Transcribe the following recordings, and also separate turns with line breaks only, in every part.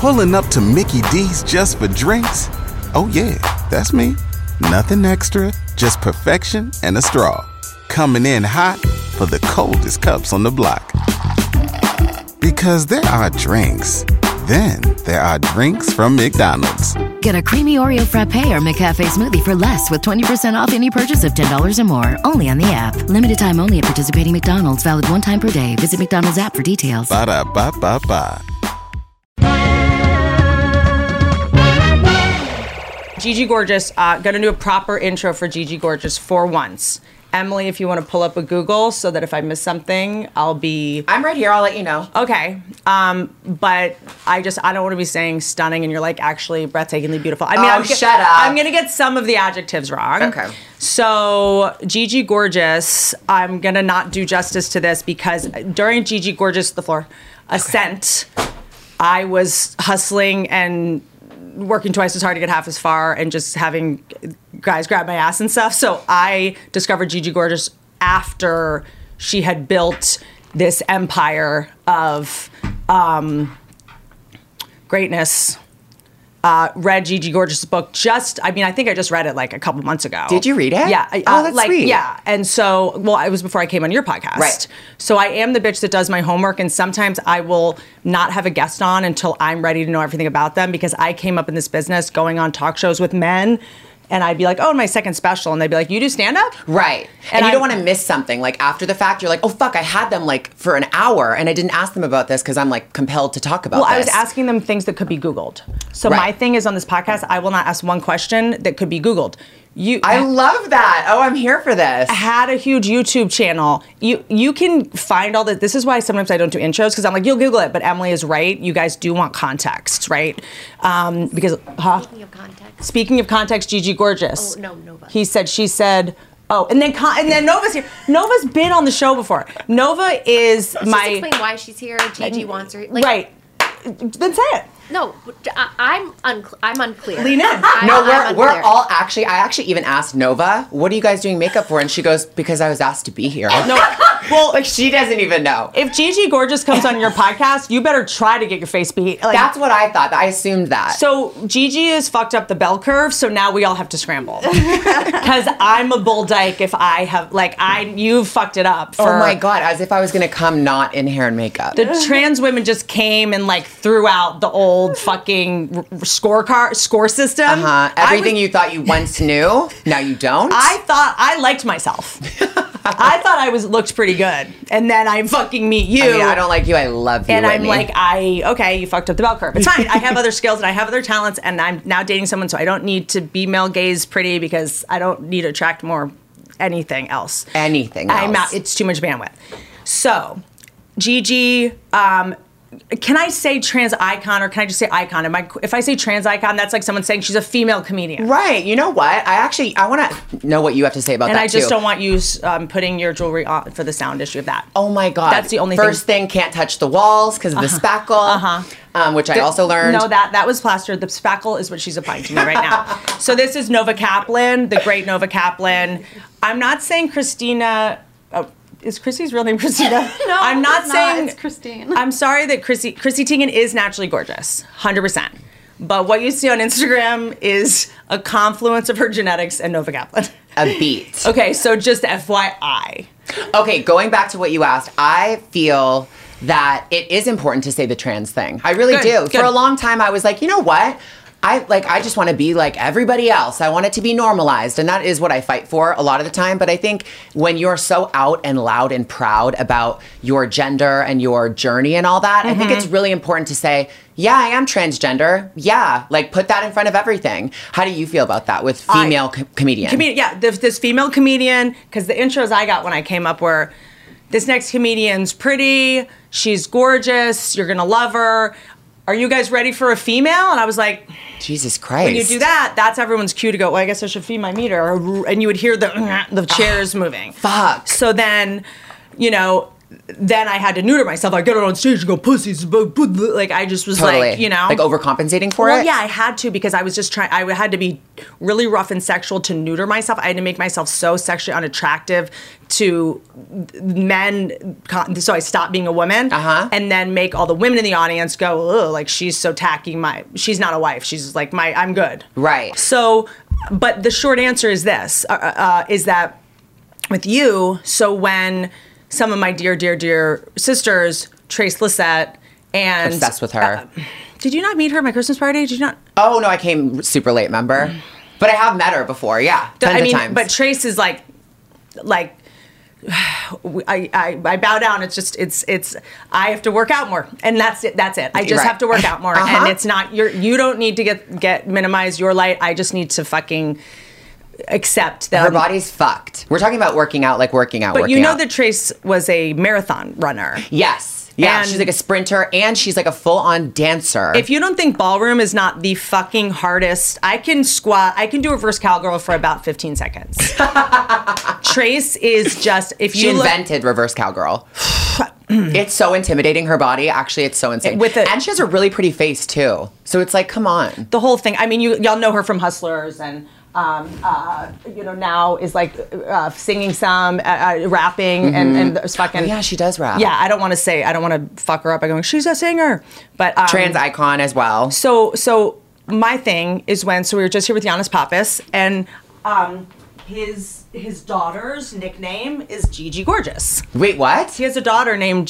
Pulling up to Mickey D's just for drinks? Oh, yeah, that's me. Nothing extra, just perfection and a straw. Coming in hot for the coldest cups on the block. Because there are drinks, then there are drinks from McDonald's.
Get a creamy Oreo frappe or McCafe smoothie for less with 20% off any purchase of $10 or more. Only on the app. Limited time only at participating McDonald's. Valid one time per day. Visit McDonald's app for details.
Ba da ba ba ba.
Gigi Gorgeous, uh, gonna do a proper intro for Gigi Gorgeous for once. Emily, if you want to pull up a Google so that if I miss something, I'll be
I'm right here. I'll let you know.
okay. Um, but I just I don't want to be saying stunning and you're like actually breathtakingly beautiful. I mean,
Oh,
I'm ge-
shut up.
I'm gonna get some of the adjectives wrong.
Okay.
So Gigi Gorgeous, I'm gonna not do justice to this because during Gigi Gorgeous, the floor ascent, I was hustling and working twice as hard to get half as far and just having guys grab my ass and stuff. So I discovered Gigi Gorgeous after she had built this empire of um, greatness. Uh, read Gigi Gorgeous' book just, I mean, I think I just read it like a couple months ago.
Did you read it?
Yeah. I- uh,
Oh, that's
like,
sweet.
Yeah. And so, well, it was before I came on your podcast.
Right.
So I am the bitch that does my homework, and sometimes I will not have a guest on until I'm ready to know everything about them because I came up in this business going on talk shows with men, and I'd be like, "Oh, my second special," and they'd be like, "You do stand up?"
Right.
And
And, you don't
I-
want to miss something. Like after the fact, you're like, oh fuck, I had them like for an hour and I didn't ask them about this because I'm like compelled to talk about
Well,
this.
I was asking them things that could be Googled. So
Right.
my thing is on this podcast, I will not ask one question that could be Googled. You,
I love that. Oh, I'm here for this.
had a huge YouTube channel. You you can find all that. This is why sometimes I don't do intros because I'm like, you'll Google it. But Emily is right. You guys do want context, right? Um, because huh?
Speaking of context.
Speaking of context, Gigi Gorgeous.
Oh, no, Nova.
He said, she said. Oh, and then con- and then Nova's here. Nova's been on the show before. Nova is
My,
my
Just explain why she's here. Gigi wants her. Like,
right. Then say it.
No, I, am uncl- I'm unclear.
Lean in.
I,
No,
I'm
we're, we're
unclear.
all actually, I actually even asked Nova, what are you guys doing makeup for? And she goes, because I was asked to be here.
No. Well,
Like she doesn't even know.
if Gigi Gorgeous comes on your podcast, you better try to get your face beat. Like,
That's what I thought. I assumed that.
So Gigi has fucked up the bell curve, so now we all have to scramble. Because I'm a bull dyke if I have like I you fucked it up. For,
oh my god, as if I was gonna come not in hair and makeup.
The trans women just came and like threw out the old fucking r- scorecard score system.
uh, everything
I was-
you thought you once knew, now you don't.
I thought I liked myself. I thought I was looked pretty good, and then I fucking meet you.
I mean, I don't like you. I love you.
and I'm
Whitney.
like, I okay, you fucked up the bell curve. It's fine. I have other skills and I have other talents, and I'm now dating someone, so I don't need to be male gaze pretty because I don't need to attract more anything else.
anything.
I'm
else.
not. It's too much bandwidth. So, Gigi, um, can I say trans icon or can I just say icon? Am I, if I say trans icon, that's like someone saying she's a female comedian.
right. You know what? I actually I want to know what you have to say about
And
that
I just
too.
don't want you um, putting your jewelry on for the sound issue of that.
Oh my god.
That's the only thing- Uh-huh.
first thing. can't touch the walls because of the spackle. Uh huh. Um, which I also learned.
No, that that was plastered. The spackle is what she's applying to me right now. so this is Nova Kaplan, the great Nova Kaplan. I'm not saying Christina. Oh, is Chrissy's real name Christina?
No,
I'm not
it's not.
saying
It's Christine.
I'm sorry that Chrissy Chrissy Teigen is naturally gorgeous, hundred percent. But what you see on Instagram is a confluence of her genetics and Nova Kaplan.
a beat.
Okay, so just FYI.
Okay, going back to what you asked, I feel that it is important to say the trans thing. I really
Good,
do.
good.
For a long time I was like, you know what? I like I just want to be like everybody else. I want it to be normalized and that is what I fight for a lot of the time, but I think when you're so out and loud and proud about your gender and your journey and all that, I think
Mm-hmm.
it's really important to say, yeah, I am transgender. Yeah, like put that in front of everything. How do you feel about that with
I-
female co- comedian?
Comedian, yeah, this, this female comedian, because the intros I got when I came up were this next comedian's pretty, she's gorgeous, you're gonna love her. Are you guys ready for a female? And I was like,
Jesus Christ.
when you do that, that's everyone's cue to go, well, I guess I should feed my meter. And you would hear the, the chairs moving.
Ah, Fuck.
So then, you know, then I had to neuter myself. I get out on stage and go pussies, blah, blah, blah." like I just was
Totally.
like, you know,
Like overcompensating for
well,
it?
yeah, I had to because I was just trying. I had to be really rough and sexual to neuter myself. I had to make myself so sexually unattractive to men, con- so I stopped being a woman,
Uh-huh.
and then make all the women in the audience go, "Ugh, like she's so tacky. My, she's not a wife. She's like my, I'm good."
Right.
So, but the short answer is this: uh, uh, uh, is that with you. So when some of my dear, dear, dear sisters, Trace Lissette, and
Obsessed with her.
Uh, did you not meet her at my Christmas party? Did you not?
oh, no, I came super late, remember? But I have met her before, yeah.
Th-
Tons
I
of
mean,
times.
but Trace is like, like, I, I I bow down. It's just it's it's I have to work out more, and that's it. That's it. I just
Right.
have to work out more,
Uh-huh.
and it's not your. You don't need to get get minimize your light. I just need to fucking accept that
her
I'm-
body's fucked. We're talking about working out, like working out.
um, But you
working
know
out.
that Trace was a marathon runner.
Yes. Yeah.
And-
she's like a sprinter and she's like a full on dancer.
If you don't think ballroom is not the fucking hardest, I can squat, I can do reverse cowgirl for about 15 seconds. Trace is just, if
she
you look,
invented reverse cowgirl. it's so intimidating, her body. Actually, it's so insane.
With a-
and she has a really pretty face, too. So it's like, come on.
the whole thing, I mean, you, y'all know her from Hustlers and, um, uh, you know, now is like uh, singing some, uh, uh, rapping, and, and there's fucking.
Mm-hmm. Oh, yeah, she does rap.
Yeah, I don't want to say, I don't want to fuck her up by going, she's a singer. But um,
Trans icon as well.
so so my thing is when so we were just here with Giannis Pappas and um his his daughter's nickname is Gigi Gorgeous.
Wait, what?
He has a daughter named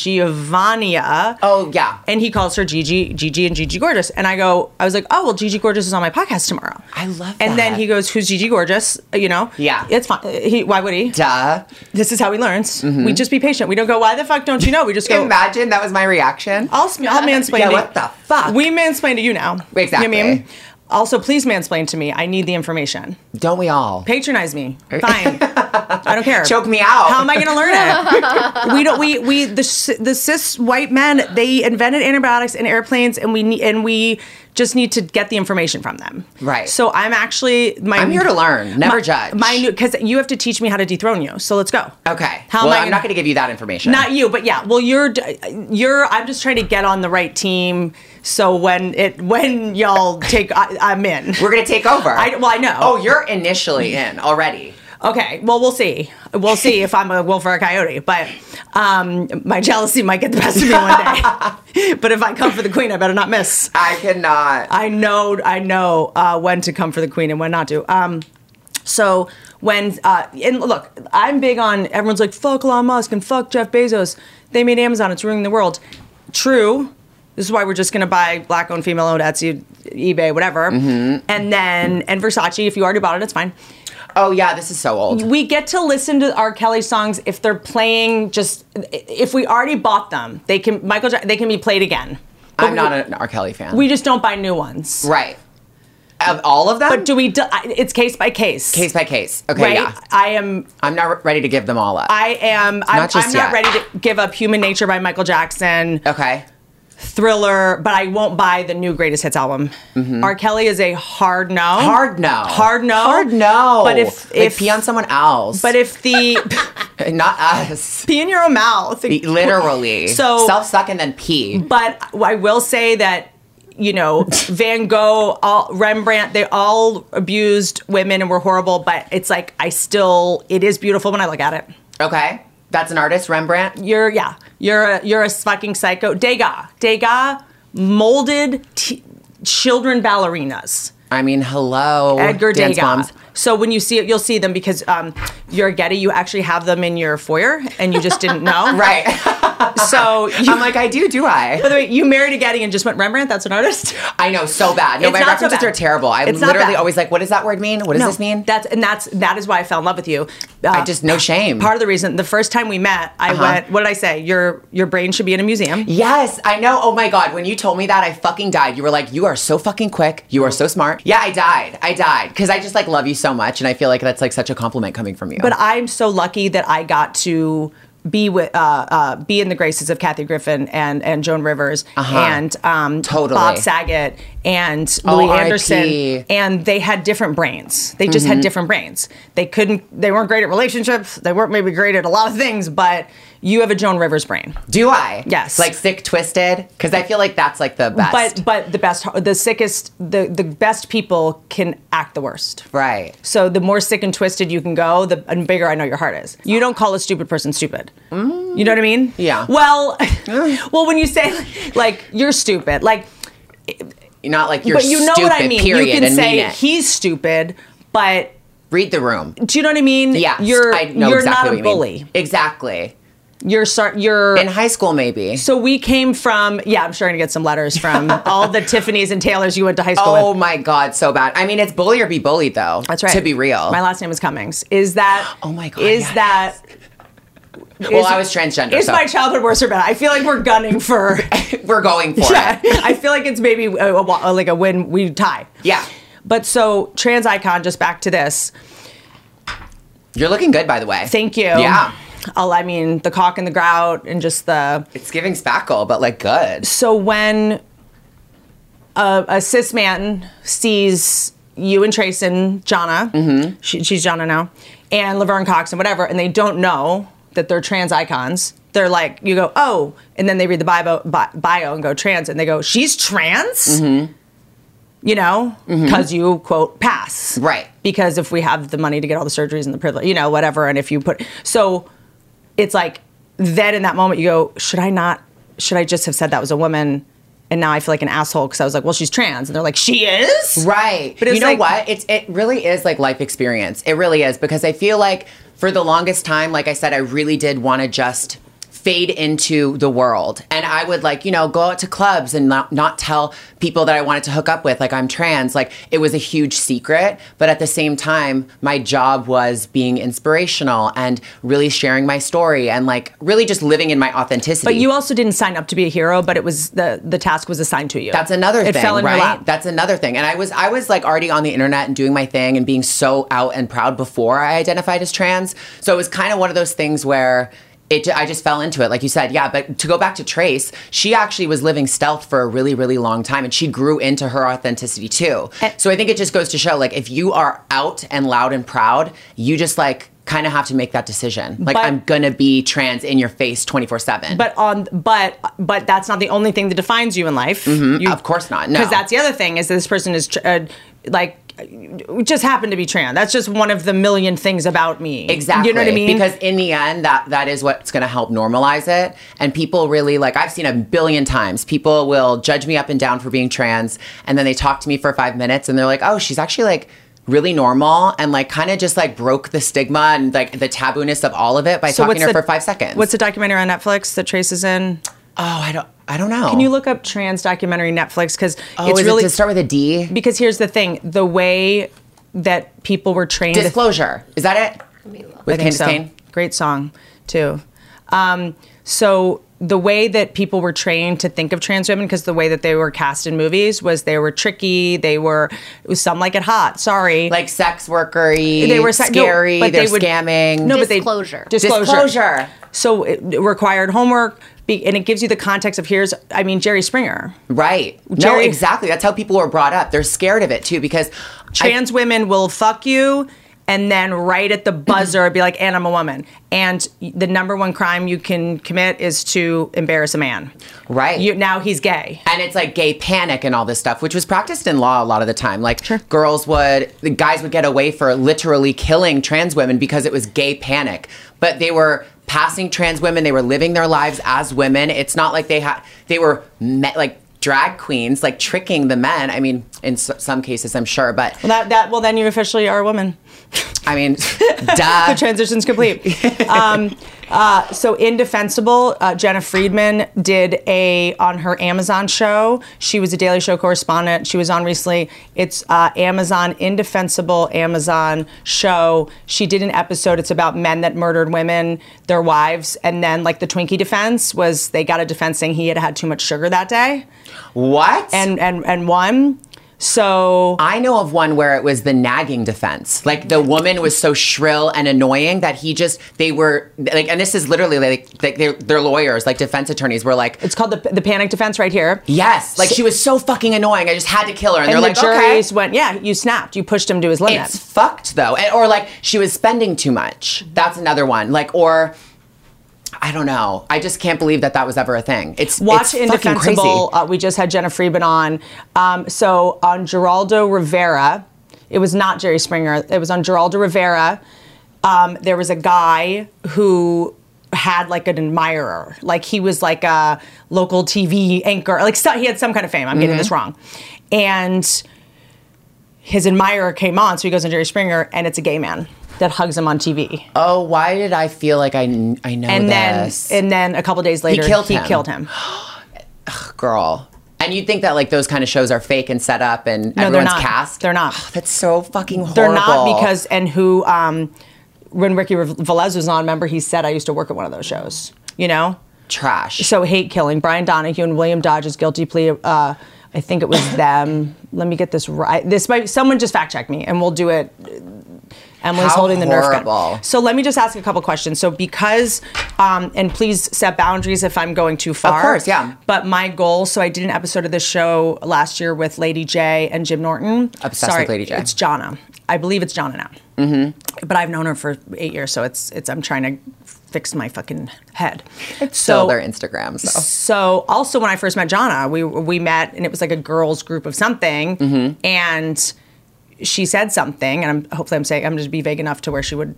Giovannia.
Oh, yeah.
And he calls her Gigi, Gigi, and Gigi Gorgeous. And I go, I was like, oh, well, Gigi Gorgeous is on my podcast tomorrow.
I love
And then
that.
he goes, who's Gigi Gorgeous? Uh, You know?
Yeah.
It's fine. He, why would he?
Duh. Mm-hmm.
This is how he learns. We just be patient. We don't go, why the fuck don't you know? We just go,
Imagine that was my reaction.
I'll, sm- I'll mansplain
Yeah,
to
what the fuck?
We mansplain to you now.
Exactly.
You know what I mean? Also, please mansplain to me. I need the information.
Don't we all?
Patronize me. Fine. I don't care.
Choke me out.
How am I going to learn it? we don't. We we the s- the cis white men they invented antibiotics in airplanes, and we need and we just need to get the information from them.
Right.
So I'm actually my.
I'm here to learn. Never
my,
judge.
My new because you have to teach me how to dethrone you. So let's go.
Okay.
How am
well,
I
I'm
gonna-
not going to give you that information.
Not you, but yeah. Well, you're d- you're. I'm just trying to get on the right team. So when it when y'all take, I, I'm in.
We're going to take over.
I, well, I know.
oh, you're initially in already.
okay. Well, we'll see. We'll see if I'm a wolf or a coyote. But um, my jealousy might get the best of me one day. but if I come for the queen, I better not miss.
I cannot.
I know, I know uh, when to come for the queen and when not to. Um, so when uh, and look, I'm big on everyone's like fuck Elon Musk and fuck Jeff Bezos. They made Amazon. It's ruining the world. True. This is why we're just gonna buy black-owned, female-owned, Etsy, eBay, whatever, and then and Versace. If you already bought it, it's fine.
oh, yeah, this is so old.
We get to listen to R. Kelly songs if they're playing. Just if we already bought them, they can Michael. Jack- They can be played again.
I'm not an R. Kelly fan.
We just don't buy new ones.
right. Of all of them?
But do we? Do, I- it's case by case.
case by case. Okay,
right?
yeah.
I am.
I'm not re- ready to give them all up.
I am. I'm
Not
not,
just
I'm not
yet.
ready to give up "Human Nature" by Michael Jackson,
okay.
Oh, Thriller, but I won't buy the new Greatest Hits album. R. Kelly is a hard no.
Mm-hmm. Hard no.
Hard no.
Hard no.
But if
Like,
if
pee on someone else,
but if the
not us,
pee in your own mouth,
literally.
So-
self suck and then pee.
But I will say that you know Van Gogh, all, Rembrandt, they all abused women and were horrible. But it's like I still, it is beautiful when I look at it.
Okay, that's an artist, Rembrandt.
You're yeah, you're a, you're a fucking psycho. Degas, Degas molded t- children ballerinas.
I mean, hello,
Edgar
dance moms.
Degas. So when you see it, you'll see them because um, you're a Getty. You actually have them in your foyer, and you just didn't know.
Right.
So you,
I'm like, I do, do
by
I?
the way, you married a Getty and just went Rembrandt. That's an artist.
I know, so bad. No,
It's
my
not so
references
bad.
are terrible. I'm
It's not
literally
bad.
always like, what does that word mean? What does
No,
this mean?
That's and that's that is why I fell in love with you. Uh,
I just, Uh-huh. no shame.
part of the reason. The first time we met, I went. What did I say? Your your brain should be in a museum.
Yes, I know. Oh my God. When you told me that, I fucking died. You were like, you are so fucking quick. You are so smart. Yeah, I died. I died. Cause I just like
uh,
love you so much. And I feel like that's like such a compliment coming from you.
But I'm so lucky that I got to be with uh, uh, be in the graces of Kathy Griffin and and Joan Rivers and um,
Uh-huh. Totally.
Bob Saget and
Oh,
Louis
RIP.
Anderson, and they had different brains. They just
Mm-hmm.
had different brains. They couldn't. They weren't great at relationships. They weren't maybe great at a lot of things. But you have a Joan Rivers brain.
Do I?
Yes.
Like sick twisted? Because I feel like that's like the best.
But but the best, the sickest, the the best people can act the worst.
right.
So the more sick and twisted you can go, the and bigger I know your heart is. You don't call a stupid person stupid. You know what I mean?
Yeah.
Well, well, when you say like you're stupid, like
You're not like you're
but you know
stupid,
what I mean.
period.
you can
and
say
mean it.
he's stupid, but
Read the room.
do you know what I mean?
Yeah.
You're
I know
you're
exactly
not
what
a
you mean.
bully.
Exactly.
You're sor- you're
In high school, maybe.
so we came from yeah, I'm sure I'm gonna get some letters from all the Tiffany's and Taylors you went to high school with.
oh my God, so bad. I mean, it's bully or be bullied, though.
That's right.
To be real.
My last name is Cummings. Is that?
Oh my God,
Is
yes.
that?
well, I was transgender.
Is
so
my childhood worse or better? I feel like we're gunning for.
We're going for
yeah,
it.
I feel like it's maybe a, a, wa- like a win we tie.
Yeah.
But so trans icon. Just back to this.
You're looking good, by the way.
Thank you.
Yeah.
All I mean, the cock and the grout, and just the
It's giving spackle, but like good.
so when a, a cis man sees you and Trace and Jonna, she, she's Jonna now, and Laverne Cox and whatever, and they don't know that they're trans icons, they're like, you go, oh, and then they read the bio, bi- bio and go trans, and they go, she's trans? You know, because you quote pass.
Right.
Because if we have the money to get all the surgeries and the privilege, you know, whatever, and if you put, so it's like then in that moment you go, should I not? Should I just have said that was a woman? And now I feel like an asshole because I was like, well, she's trans, and they're like, she is.
Right.
But
But
it's
you know
like-
what? It's it really is like life experience. It really is because I feel like for the longest time, like I said, I really did want to just fade into the world. And I would like, you know, go out to clubs and not, not tell people that I wanted to hook up with like I'm trans. Like it was a huge secret, but at the same time, my job was being inspirational and really sharing my story and like really just living in my authenticity.
But you also didn't sign up to be a hero, but it was the the task was assigned to you.
That's another
it
thing,
fell in
right?
your lap.
That's another thing. And I was I was like already on the internet and doing my thing and being so out and proud before I identified as trans. So it was kind of one of those things where it ju- I just fell into it, like you said. Yeah, but to go back to Trace, she actually was living stealth for a really really long time, and she grew into her authenticity too.
Eh
so I think it just goes to show, like if you are out and loud and proud, you just like kind of have to make that decision. Like
But-
I'm gonna be trans in your face twenty four seven.
but on but but that's not the only thing that defines you in life. You-
of course not. No,
because that's the other thing is that this person is tr- uh, like just happened to be trans. That's just one of the million things about me.
Exactly.
You know what I mean?
Because in the end, that that is what's going to help normalize it. And people really like I've seen a billion times. People will judge me up and down for being trans, and then they talk to me for five minutes, and they're like, "Oh, she's actually like." really normal and like kind of just like broke the stigma and like the tabooness of all of it by talking to her for five seconds.
What's the documentary on Netflix that Trace is in?
oh I don't I don't know.
Can you look up trans documentary Netflix? Because
Oh,
it's
is
really
it to start with a D?
because here's the thing: the way that people were trained.
Disclosure is that it?
Camila.
With
I think
Candace
so.
Cain?
Great song too. Um, so the way that people were trained to think of trans women, because the way that they were cast in movies was they were tricky. They were it was some like it hot. Sorry,
Like sex workery.
They were sex- no,
scary.
but
they're
they would-
scamming.
No, but they-
Disclosure.
disclosure.
Disclosure.
So it it required homework, be, and it gives you the context of here's. I mean, Jerry Springer.
Right.
Jerry-
no, exactly. That's how people were brought up. They're scared of it too because I-
trans women will fuck you and then right at the buzzer be like and i'm a woman and the number one crime you can commit is to embarrass a man
right.
you, now he's gay
and it's like gay panic and all this stuff, which was practiced in law a lot of the time. Like girls would, the guys would get away for literally killing trans women because it was gay panic. But they were passing trans women. They were living their lives as women. It's not like they had, they were met like drag queens, like tricking the men. I mean, in s- some cases, I'm sure, but
that, that well then you officially are a woman
I mean, duh.
the transition's complete um, uh, so indefensible uh, jenna friedman did a on her amazon show she was a daily show correspondent she was on recently it's uh, amazon indefensible amazon show she did an episode it's about men that murdered women their wives and then like the twinkie defense was they got a defense saying he had had too much sugar that day
what?
and and and won So
I know of one where it was the nagging defense. Like the woman was so shrill and annoying that he just they were like, and this is literally like, like their their lawyers, like defense attorneys, were like,
it's called the, the panic defense right here.
yes, like she was so fucking annoying. I just had to kill her, and,
And
they're
the
like,
juries
okay.
went, yeah, you snapped. You pushed him to his limit.
It's fucked though, and, or like she was spending too much. That's another one. Like or. I don't know. I just can't believe that that was ever a thing. It's
Watch
it's fucking crazy.
Indefensible. Uh, we just had Jenna Friedman on. Um, so on Geraldo Rivera, it was not Jerry Springer. It was on Geraldo Rivera. Um, there was a guy who had like an admirer, like he was like a local TV anchor, like so, he had some kind of fame. I'm getting
Mm-hmm.
this wrong, and his admirer came on, so he goes on Jerry Springer, and it's a gay man that hugs him on TV,
Oh, why did I feel like I kn- I know
and then
this?
and then a couple days later
killed him.
Killed him.
girl. And you'd think that like those kind of shows are fake and set up and
No,
everyone's
they're not.
cast.
They're not.
Oh, that's so fucking horrible.
They're not because and who um, when Ricky Re- Velez was on, remember he said I used to work at one of those shows. You know,
trash.
so hate killing. Brian Donahue and William Dodge's guilty plea. Uh, I think it was them. Let me get this right. This might someone just fact check me, and we'll do it. Emily's
How
holding the Nerf
horrible.
gun. So let me just ask a couple questions. So because, um, and please set boundaries if I'm going too far.
course, yeah.
But my goal. So I did an episode of this show last year with Lady J and Jim Norton.
Obsessed with
Sorry,
Lady J.
It's Jonna. I believe it's Jonna now. Mm-hmm. But I've known her for eight years, so it's it's. I'm trying to fix my fucking head.
so their Instagram. So
So also when I first met Jonna, we we met and it was like a girls group of something,
Mm-hmm.
and she said something, and I'm hopefully I'm saying I'm just be vague enough to where she would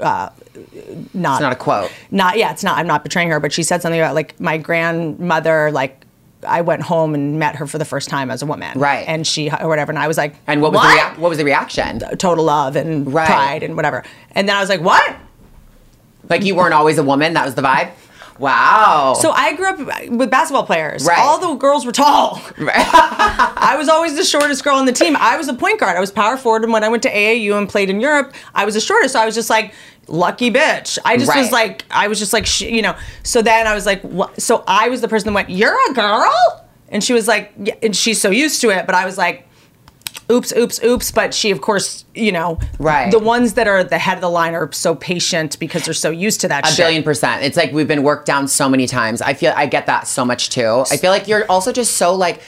uh, not
it's not a quote.
not yeah it's not I'm not betraying her, but she said something about like my grandmother like. I went home and met her for the first time as a woman,
Right.
And she or whatever, and I was like,
And what was the rea- what was the reaction?
total love and
Right.
pride and whatever. And then I was like, what?
Like you weren't always a woman. That was the vibe. Wow.
So I grew up with basketball players.
Right.
All the girls were tall. I was always the shortest girl on the team. I was a point guard. I was power forward, and when I went to AAU and played in Europe, I was the shortest. So I was just like, lucky bitch. I just was
Right.
like, I was just like, sh- you know. So then I was like, what? so I was the person that went, "You're a girl," and she was like, yeah, and she's so used to it, but I was like. Oops, oops, oops! But she, of course, you know,
Right.
The ones that are the head of the line are so patient because they're so used to that.
a
shit.
billion percent. It's like we've been worked down so many times. I feel I get that so much too. I feel like you're also just so like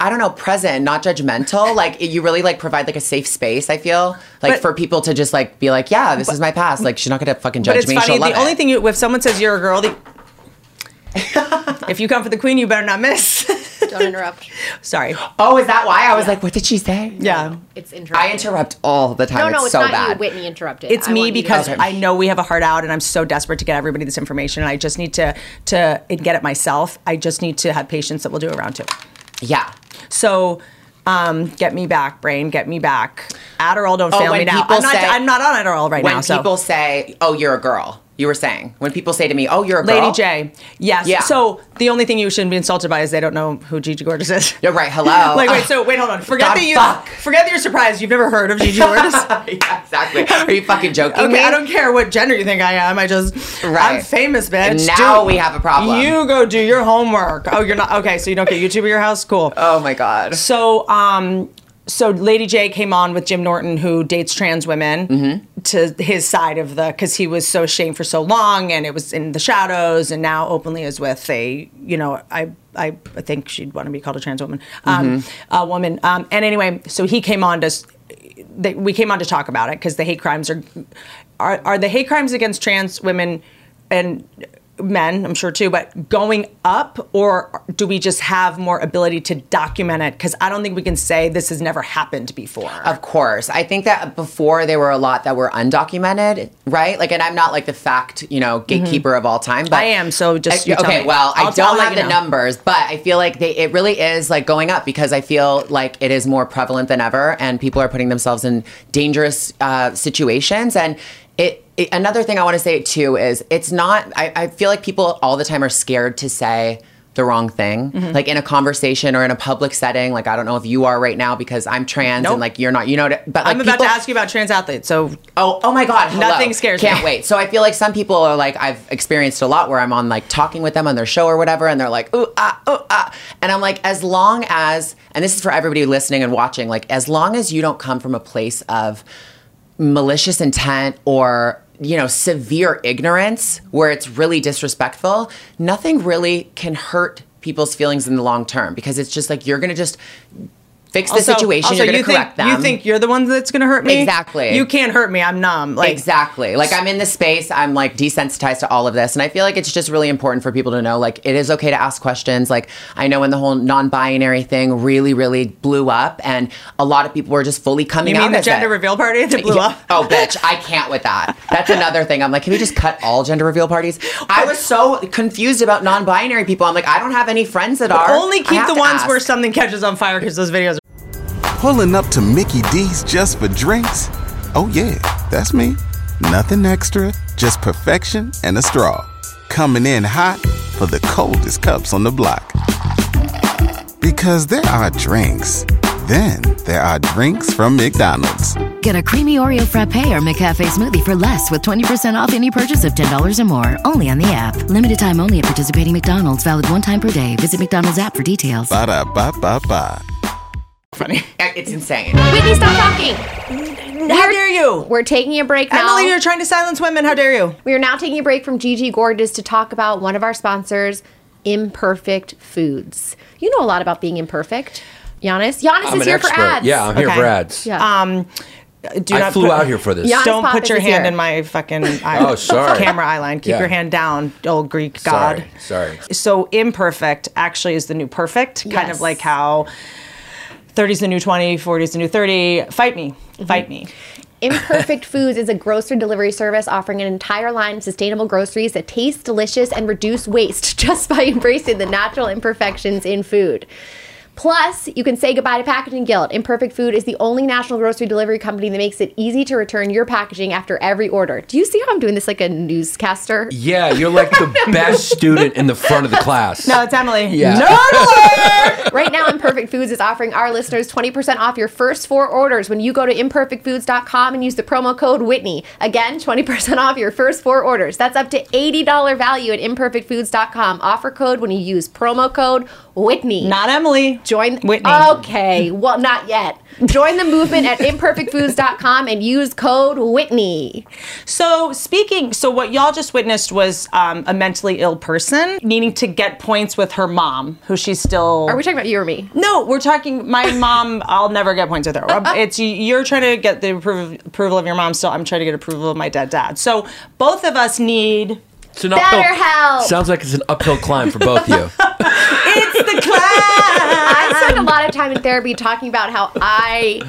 I don't know, present, not judgmental. Like you really like provide like a safe space. I feel like
But-
for people to just like be like, yeah, this is my past. Like she's not gonna fucking judge
But it's
me.
funny.
She'll love
The only
it.
thing you, if someone says you're a girl, the, if you come for the queen, you better not miss.
Don't interrupt.
Sorry.
Oh, is that why? I was like, what did she say?
Yeah.
It's
I
interrupting.
interrupt all the time.
No, no, it's,
so
not
bad.
you. Whitney interrupted.
It's
I
me
want you to-
because
Okay.
I know we have a heart out, and I'm so desperate to get everybody this information, and I just need to to get it myself. I just need to have patience that we'll do a round two.
Yeah.
So. Um, get me back, brain. Get me back. Adderall, don't fail
Oh, when
me now.
people
I'm not,
say-
I'm not on Adderall right
When
now. so.
people say, "Oh, you're a girl," you were saying. When people say to me, "Oh, you're a girl,"
Lady J. Yes.
Yeah.
So the only thing you shouldn't be insulted by is they don't know who Gigi Gorgeous is.
You're right. Hello.
like wait, so wait, hold on. Forget
God,
that you
fuck.
forget that you're surprised. You've never heard of Gigi Gorgeous. okay,
yeah, exactly. Are you fucking joking me?
I don't care what gender you think I am. I just I'm
Right.
famous, bitch.
And now
Do-
we have a problem.
You go do your homework. Oh, you're not okay. So you don't get YouTube at your house. Cool.
Oh my god.
So, um, so Lady J came on with Jim Norton, who dates trans women, to his side of the because he was so ashamed for so long, and it was in the shadows, and now openly is with a you know I I think she'd want to be called a trans woman, um, a woman. Um, and anyway, so he came on to. s- They, we came on to talk about it because the hate crimes are, are are the hate crimes against trans women and men, I'm sure too, but going up, or do we just have more ability to document it? Because I don't think we can say this has never happened before.
Of course. I think that before there were a lot that were undocumented, right? Like, and I'm not like the fact, you know, gatekeeper of all time, but
Mm-hmm. I am, so just
I-
you tell
okay.
me.
Well, I
I'll-
don't
I'll let
have
you
the
know.
numbers, but I feel like they it really is like going up because I feel like it is more prevalent than ever, and people are putting themselves in dangerous uh, situations and. It, it, another thing I want to say too is it's not. I, I feel like people all the time are scared to say the wrong thing,
Mm-hmm.
like in a conversation or in a public setting. Like I don't know if you are right now because I'm trans
Nope.
and like you're not. You know, what I- but like
I'm about
people-
to ask you about trans athletes. So uh,
Oh, oh my God! hello.
Nothing scares me.
Can't wait. So I feel like some people are like I've experienced a lot where I'm on like talking with them on their show or whatever, and they're like ooh ah ooh ah, and I'm like as long as and this is for everybody listening and watching, like as long as you don't come from a place of malicious intent or you know severe ignorance where it's really disrespectful, nothing really can hurt people's feelings in the long term because it's just like you're gonna just fix the
also-
situation,
also,
you're gonna
you think,
correct them.
You think you're the one that's going to hurt me?
Exactly.
You can't hurt me. I'm numb. Like
exactly. Like I'm in this space, I'm like desensitized to all of this. And I feel like it's just really important for people to know like it is okay to ask questions. Like I know when the whole non binary thing really, really blew up and a lot of people were just fully coming
You
out
mean the
as it.
gender reveal party that blew
Yeah.
up?
Oh, bitch, I can't with that. That's another thing. I'm like, can we just cut all gender reveal parties? I was so confused about non binary people. I'm like, I don't have any friends that are. I
Only keep
have
the
to
ones where
ask.
something catches on fire because those videos.
Pulling up to Mickey D's just for drinks? Oh, yeah, that's me. Nothing extra, just perfection and a straw. Coming in hot for the coldest cups on the block. Because there are drinks, then there are drinks from McDonald's.
Get a creamy Oreo frappe or McCafe smoothie for less with 20% off any purchase of $10 or more, only on the app. Limited time only at participating McDonald's, valid one time per day. Visit McDonald's app for details.
Ba da ba ba ba.
It's insane.
Whitney, stop talking.
How dare you?
We're taking a break now.
Emily, you're trying to silence women. How dare you?
We are now taking a break from Gigi Gorgeous to talk about one of our sponsors, Imperfect Foods. You know a lot about being imperfect, Giannis. Giannis
I'm
is
an
here
expert.
for ads. Uh,
Yeah, I'm here
Okay.
for ads.
Yeah.
Um, do
I
not
flew
put-
out here for this.
Yeah. Honest
Don't
Pop
put
is
your
here.
hand in my fucking eye-
Oh, sorry.
camera eye line. Keep
Yeah.
your hand down, old Greek god.
Sorry, sorry.
So imperfect actually is the new perfect, kind
Yes.
of like how 30s the new 20, 40s the new 30. Fight me,
Mm-hmm.
fight me.
Imperfect Foods is a grocery delivery service offering an entire line of sustainable groceries that taste delicious and reduce waste just by embracing the natural imperfections in food. Plus, you can say goodbye to packaging guilt. Imperfect Food is the only national grocery delivery company that makes it easy to return your packaging after every order. Do you see how I'm doing this like a newscaster?
Yeah, you're like the best student in the front of the class.
No, Uh, it's Emily.
Yeah.
Right now, Imperfect Foods is offering our listeners 20% off your first four orders when you go to imperfectfoods.com and use the promo code Whitney. Again, 20% off your first four orders. That's up to $80 value at imperfectfoods.com. Offer code when you use promo code Whitney.
Not Emily.
Join
Whitney.
Okay, well, not yet. Join the movement at imperfectfoods.com and use code Whitney.
So speaking, so what y'all just witnessed was um, a mentally ill person needing to get points with her mom, who she's still.
Are we talking about you or me?
No, we're talking. My mom. I'll never get points with her. It's you're trying to get the approval, approval of your mom. Still, I'm trying to get approval of my dead dad. So both of us need.
It's an uphill-
BetterHelp.
Sounds like it's an uphill climb for both of you.
It's the class.
I spend a lot of time in therapy talking about how I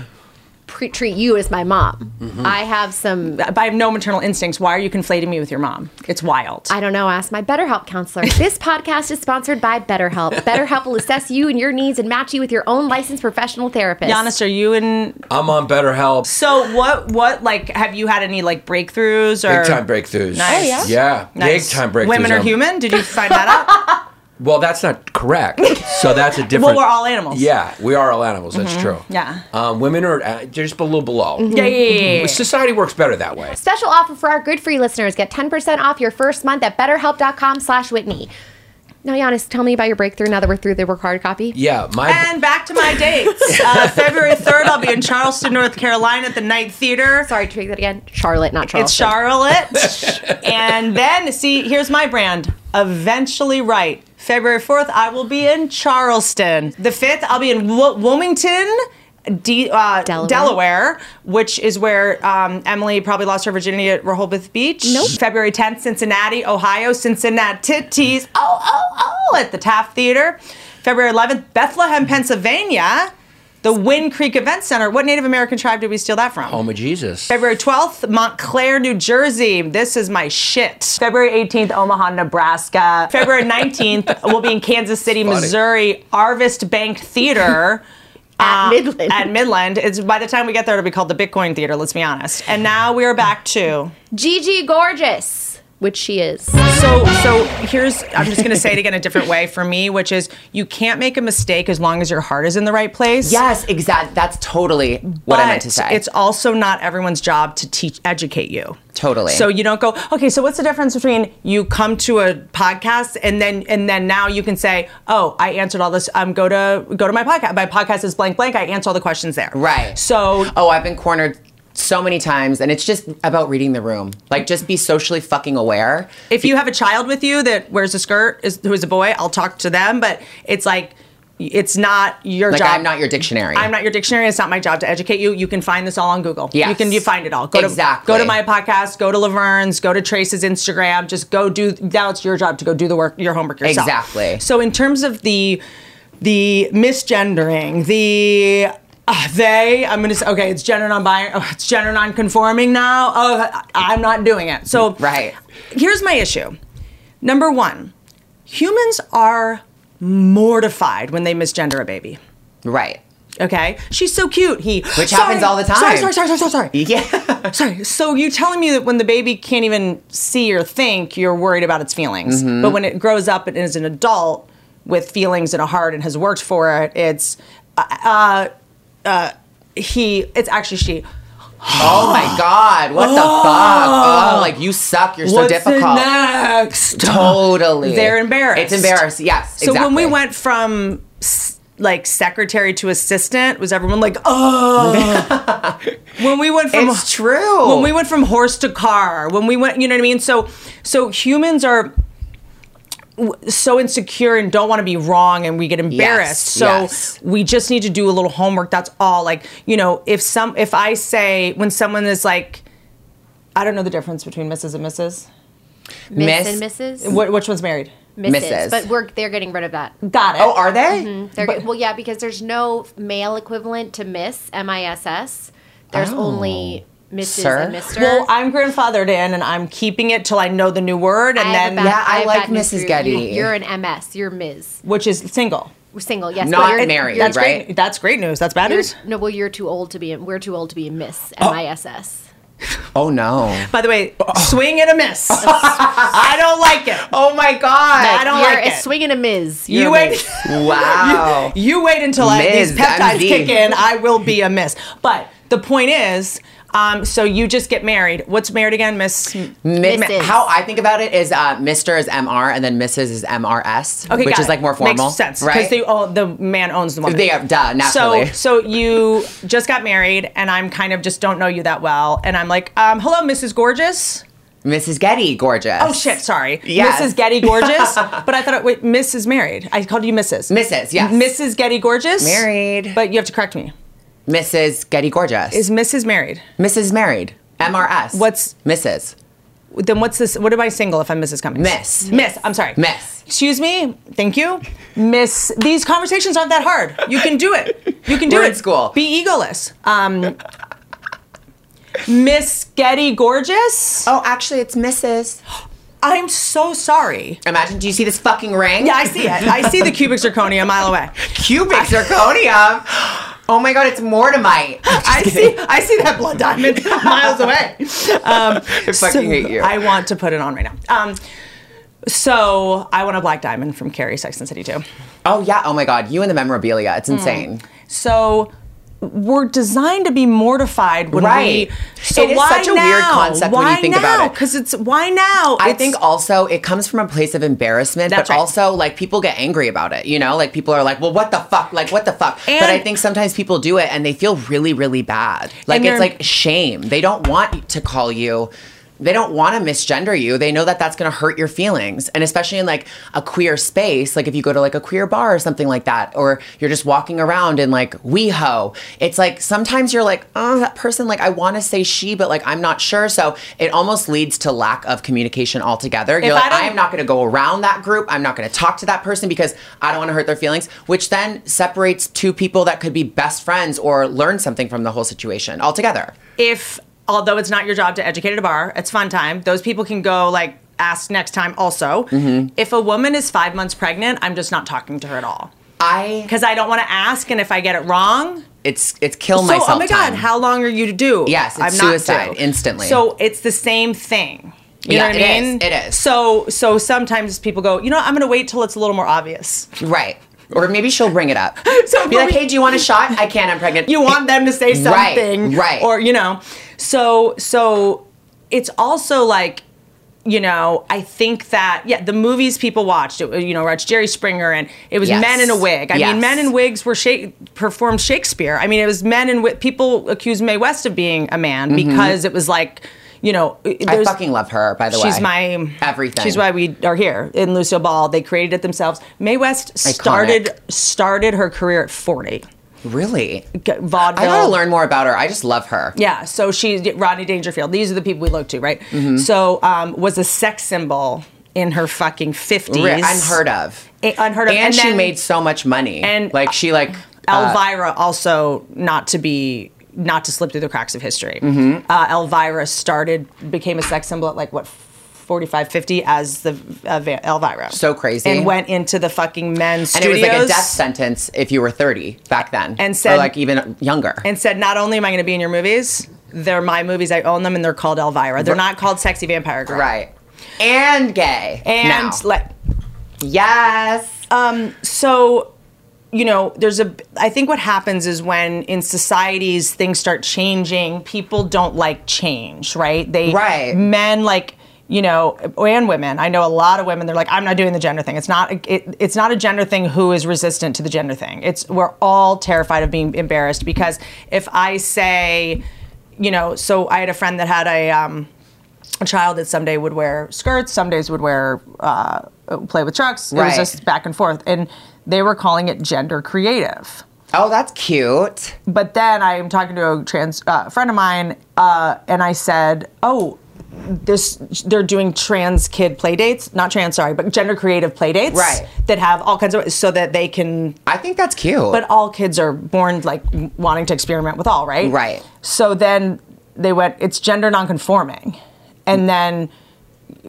pre- treat you as my mom.
Mm-hmm.
I have some
But I have no maternal instincts. Why are you conflating me with your mom? It's wild.
I don't know. Ask my BetterHelp counselor. This podcast is sponsored by BetterHelp. BetterHelp will assess you and your needs and match you with your own licensed professional therapist.
Giannis, are you in?
I'm on BetterHelp.
So what? What like? Have you had any like breakthroughs or
Big time breakthroughs.
Nice. Oh, yeah?
Yeah.
Nice.
Big time breakthroughs.
Women are
Um,
human. Did you find that out?
Well, that's not correct. So that's a different.
we're all animals. Mm-hmm.
Yeah, we are all animals. That's true.
Yeah.
Um, women are uh, just a little below.
Mm-hmm.
Yeah, yeah, yeah, yeah, yeah.
Society works better that way.
Special offer for our good free listeners. Get 10% off your first month at betterhelp.com slash Whitney. Now, Giannis, tell me about your breakthrough now that we're through the required copy.
Yeah. My.
And back to my dates. Uh, February 3rd, I'll be in Charleston, North Carolina at the Night Theater.
Sorry to read that again. Charlotte, not Charlotte.
It's Charlotte. and then, see, here's my brand. Eventually Right. February 4th, I will be in Charleston. The 5th, I'll be in Wo- Wilmington. D- uh,
Delaware.
Delaware. which is where um, Emily probably lost her virginity at Rehoboth Beach. Nope. February 10th, Cincinnati, Ohio, Cincinnati titties. Oh, oh, oh, at the Taft Theater. February 11th, Bethlehem, Pennsylvania, the Wind Creek Event Center. What Native American tribe did we steal that from?
Home of Jesus.
February 12th, Montclair, New Jersey. This is my shit. February 18th, Omaha, Nebraska. February 19th, we'll be in Kansas City,
Funny.
Missouri, Harvest Bank Theater. Uh,
At Midland.
At Midland. It's by the time we get there, it'll be called the Bitcoin Theater, let's be honest. And now we are back to
Gigi Gorgeous. which she is.
So, so here's I'm just gonna say it again a different way for me, which is you can't make a mistake as long as your heart is in the right place.
Yes, exactly. That's totally what I meant to
But
say.
It's also not everyone's job to teach, educate you.
Totally.
So you don't go, okay. So what's the difference between you come to a podcast and then and then now you can say, oh, I answered all this. Um, go to go to my podcast. My podcast is blank blank. I answer all the questions there.
Right.
So
Oh, I've been cornered so many times, and it's just about reading the room. Like, just be socially fucking aware.
if you have a child with you that wears a skirt is who is a boy, I'll talk to them. But it's like it's not your
Like,
job.
I'm not your dictionary.
I'm not your dictionary. It's not my job to educate you. You can find this all on Google.
Yes.
You can you find it all. Go
Exactly.
To, go to my podcast. Go to Laverne's. Go to Trace's Instagram. Just go do. Now it's your job to go do the work, your homework yourself.
Exactly.
So in terms of the the misgendering, the uh, they, I'm gonna say, okay, it's gender non-binary. Oh, it's gender non-conforming now. Oh, I- I'm not doing it. So
Right.
Here's my issue. Number one, humans are mortified when they misgender a baby.
Right.
Okay, she's so cute. He
Which
Sorry,
happens all the time.
Sorry, sorry, sorry, sorry, sorry, sorry.
Yeah.
Sorry. So you telling me that when the baby can't even see or think, you're worried about its feelings,
Mm-hmm.
but when it grows up and is an adult with feelings and a heart and has worked for it, it's uh, uh, uh, he. It's actually she.
Oh my God. What the fuck? Oh, like, you suck. You're so
What's
difficult.
next?
Totally.
They're embarrassed.
It's embarrassing. Yes.
So when we
exactly.
went from s- like secretary to assistant, was everyone like, oh? when we went from
It's true.
Oh.
When we went from horse to car. When we went, you know what I mean. So so humans are w- so insecure and don't want to be wrong and we get embarrassed so
yes.
we just need to do a little homework that's all like you know if some if i say when someone is like i don't know the difference between mrs and mrs
Miss,
Miss-
and Mrs.
Wh- which one's married
Mrs.
Mrs.
But we're they're getting rid of that.
got it
Oh, are they?
Mm-hmm.
They're get- well, yeah, because there's no male equivalent to Miss M I S S. There's only Mrs.
Oh. Sir?
and Mister.
Well, I'm grandfathered in, and I'm keeping it till I know the new word, and
I have a
then
bad-
Yeah, I
have
like
bad news
Mrs.
for you. You-
Getty.
You're an MS. You're Ms.
which is single.
We're single, yes.
Not
but you're,
married,
you're-
That's
right?
great. That's great news. That's bad
You're,
news.
no, well, you're too old to be. a- We're too old to be a Miss. M I S S.
Oh, no.
By the way, swing and a miss. I don't like it.
Oh my
I
God.
don't
You're
like
a
it.
swinging a Miz. You're
you
a
wait.
Miz.
Wow.
You wait until I, these
Miss, I'm
peptides
Z.
kick in. I will be a miss. But the point is, um, so you just get married. What's married again, Miss?
Mi-
Mrs.
How I think about it is uh, Mr. is MR and then Mrs. is MRS,
Okay,
which
got
is
it.
like more formal.
Makes sense
right?
because they own the man owns the woman.
They are- duh, naturally.
So, so you just got married, and I'm kind of just don't know you that well, and I'm like, um, hello, Mrs. Gorgeous.
Mrs. Getty, gorgeous.
Oh shit, sorry,
Yes.
Mrs. Getty Gorgeous. but I thought, wait, Mrs. Married. I called you Mrs.
Mrs., yes.
Mrs. Getty Gorgeous.
Married.
But you have to correct me.
Mrs. Getty, gorgeous.
Is Mrs. Married?
Mrs. married? MRS.
What's-
Mrs.
Then what's this? What am I single if I'm Mrs. Cummings?
Miss.
Miss. I'm sorry.
Miss.
Excuse me. Thank you. Miss. These conversations aren't that hard. You can do it. You can do
We're
it.
in school.
Be egoless. Um, Miss Getty Gorgeous.
Oh, actually, it's Mrs.
I'm so sorry.
Imagine, do you see this fucking ring?
Yeah, I see it. I see the cubic zirconia a mile away.
Cubic zirconium. Oh my god, it's mortemite.
I see. I see that blood diamond miles away. Um,
I fucking hate you.
I want to put it on right now. Um, so I want a black diamond from Carrie Sex and City too.
oh yeah. Oh my god, you and the memorabilia. It's
Mm.
insane.
So we're designed to be mortified when
Right.
we. So
It is
why
such a
now?
weird concept
why
when you think about it.
Because it's why now.
I
It's-
think also it comes from a place of embarrassment,
That's
but
right.
also like people get angry about it. You know, like people are like, "Well, what the fuck? Like, what the fuck?"
And-
but I think sometimes people do it and they feel really, really bad. Like
And
it's
they're-
like shame. They don't want to call you. They don't want to misgender you. They know that that's going to hurt your feelings, and especially in like a queer space, like if you go to like a queer bar or something like that, or you're just walking around in like WeHo. It's like sometimes you're like, oh, that person. Like I want to say she, but like I'm not sure. So it almost leads to lack of communication altogether. You're
If I
like,
don't-
I am not going to go around that group. I'm not going to talk to that person because I don't want to hurt their feelings, which then separates two people that could be best friends or learn something from the whole situation altogether.
if although it's not your job to educate at a bar, it's fun time. Those people can go like ask next time. Also,
Mm-hmm.
if a woman is five months pregnant, I'm just not talking to her at all
I
because I don't want to ask, and if I get it wrong,
it's it's kill
so
myself.
oh my god,
time.
how long are you to do?
Yes, it's
I'm not
suicide
due.
instantly.
So it's the same thing. You
Yeah,
know what I
it is,
mean?
it is.
So so sometimes people go, you know, what, I'm gonna wait till it's a little more obvious.
Right. Or maybe she'll bring it up.
So
Be like,
we-
hey, do you want a shot? I can't. I'm pregnant.
You want them to say
Right,
something.
right.
Or, you know. So so it's also like you know, I think that yeah, the movies people watched, it, you know, watched Jerry Springer, and it was
Yes.
men in a wig. I
Yes.
mean, men in wigs were sha- performed Shakespeare. I mean, it was men in wi- people accused Mae West of being a man because it was like, you know,
Mm-hmm.
uh,
I
there's-
fucking love her. By the way,
She's my
everything.
She's why we are here in Lucille Ball. They created it themselves. Mae West started started her career at forty.
really.
G- Vaudeville.
I gotta learn more about her. I just love her.
Yeah, so she Rodney Dangerfield. These are the people we look to, right?
Mm-hmm.
So um, was a sex symbol in her fucking fifties.
Re- unheard of.
unheard of.
And, she
then
made so much money.
and,
like she like uh,
Elvira also not to be not to slip through the cracks of history.
Mm-hmm.
Uh, Elvira started became a sex symbol at like what. 45, 50 as the uh, Va- Elvira.
So crazy.
And went into the fucking men's
and it
studios.
was like a death sentence if you were 30 back then,
And said-
or like even younger.
and said, "Not only am I going to be in your movies, they're my movies. I own them, and they're called Elvira. They're not called Sexy Vampire Girl."
right. And gay.
And
now.
like,
yes.
so, you know, there's a. I think what happens is when in societies things start changing, people don't like change, right? They
Right.
men like. You know, and women. I know a lot of women. They're like, I'm not doing the gender thing. It's not. It, it's not a gender thing. Who is resistant to the gender thing? It's we're all terrified of being embarrassed because if I say, you know, so I had a friend that had a um, a child that someday would wear skirts, some days would wear uh, play with trucks. It
Right.
was just back and forth, and they were calling it gender creative.
Oh, that's cute.
But then I'm talking to a trans uh, friend of mine, uh, and I said, "Oh, this they're doing trans kid play dates, not trans, sorry, but gender creative play dates,
Right.
That have all kinds of so that they can
I think that's cute.
but all kids are born like wanting to experiment with all, right?
Right.
So then they went, it's gender nonconforming,
Mm.
and then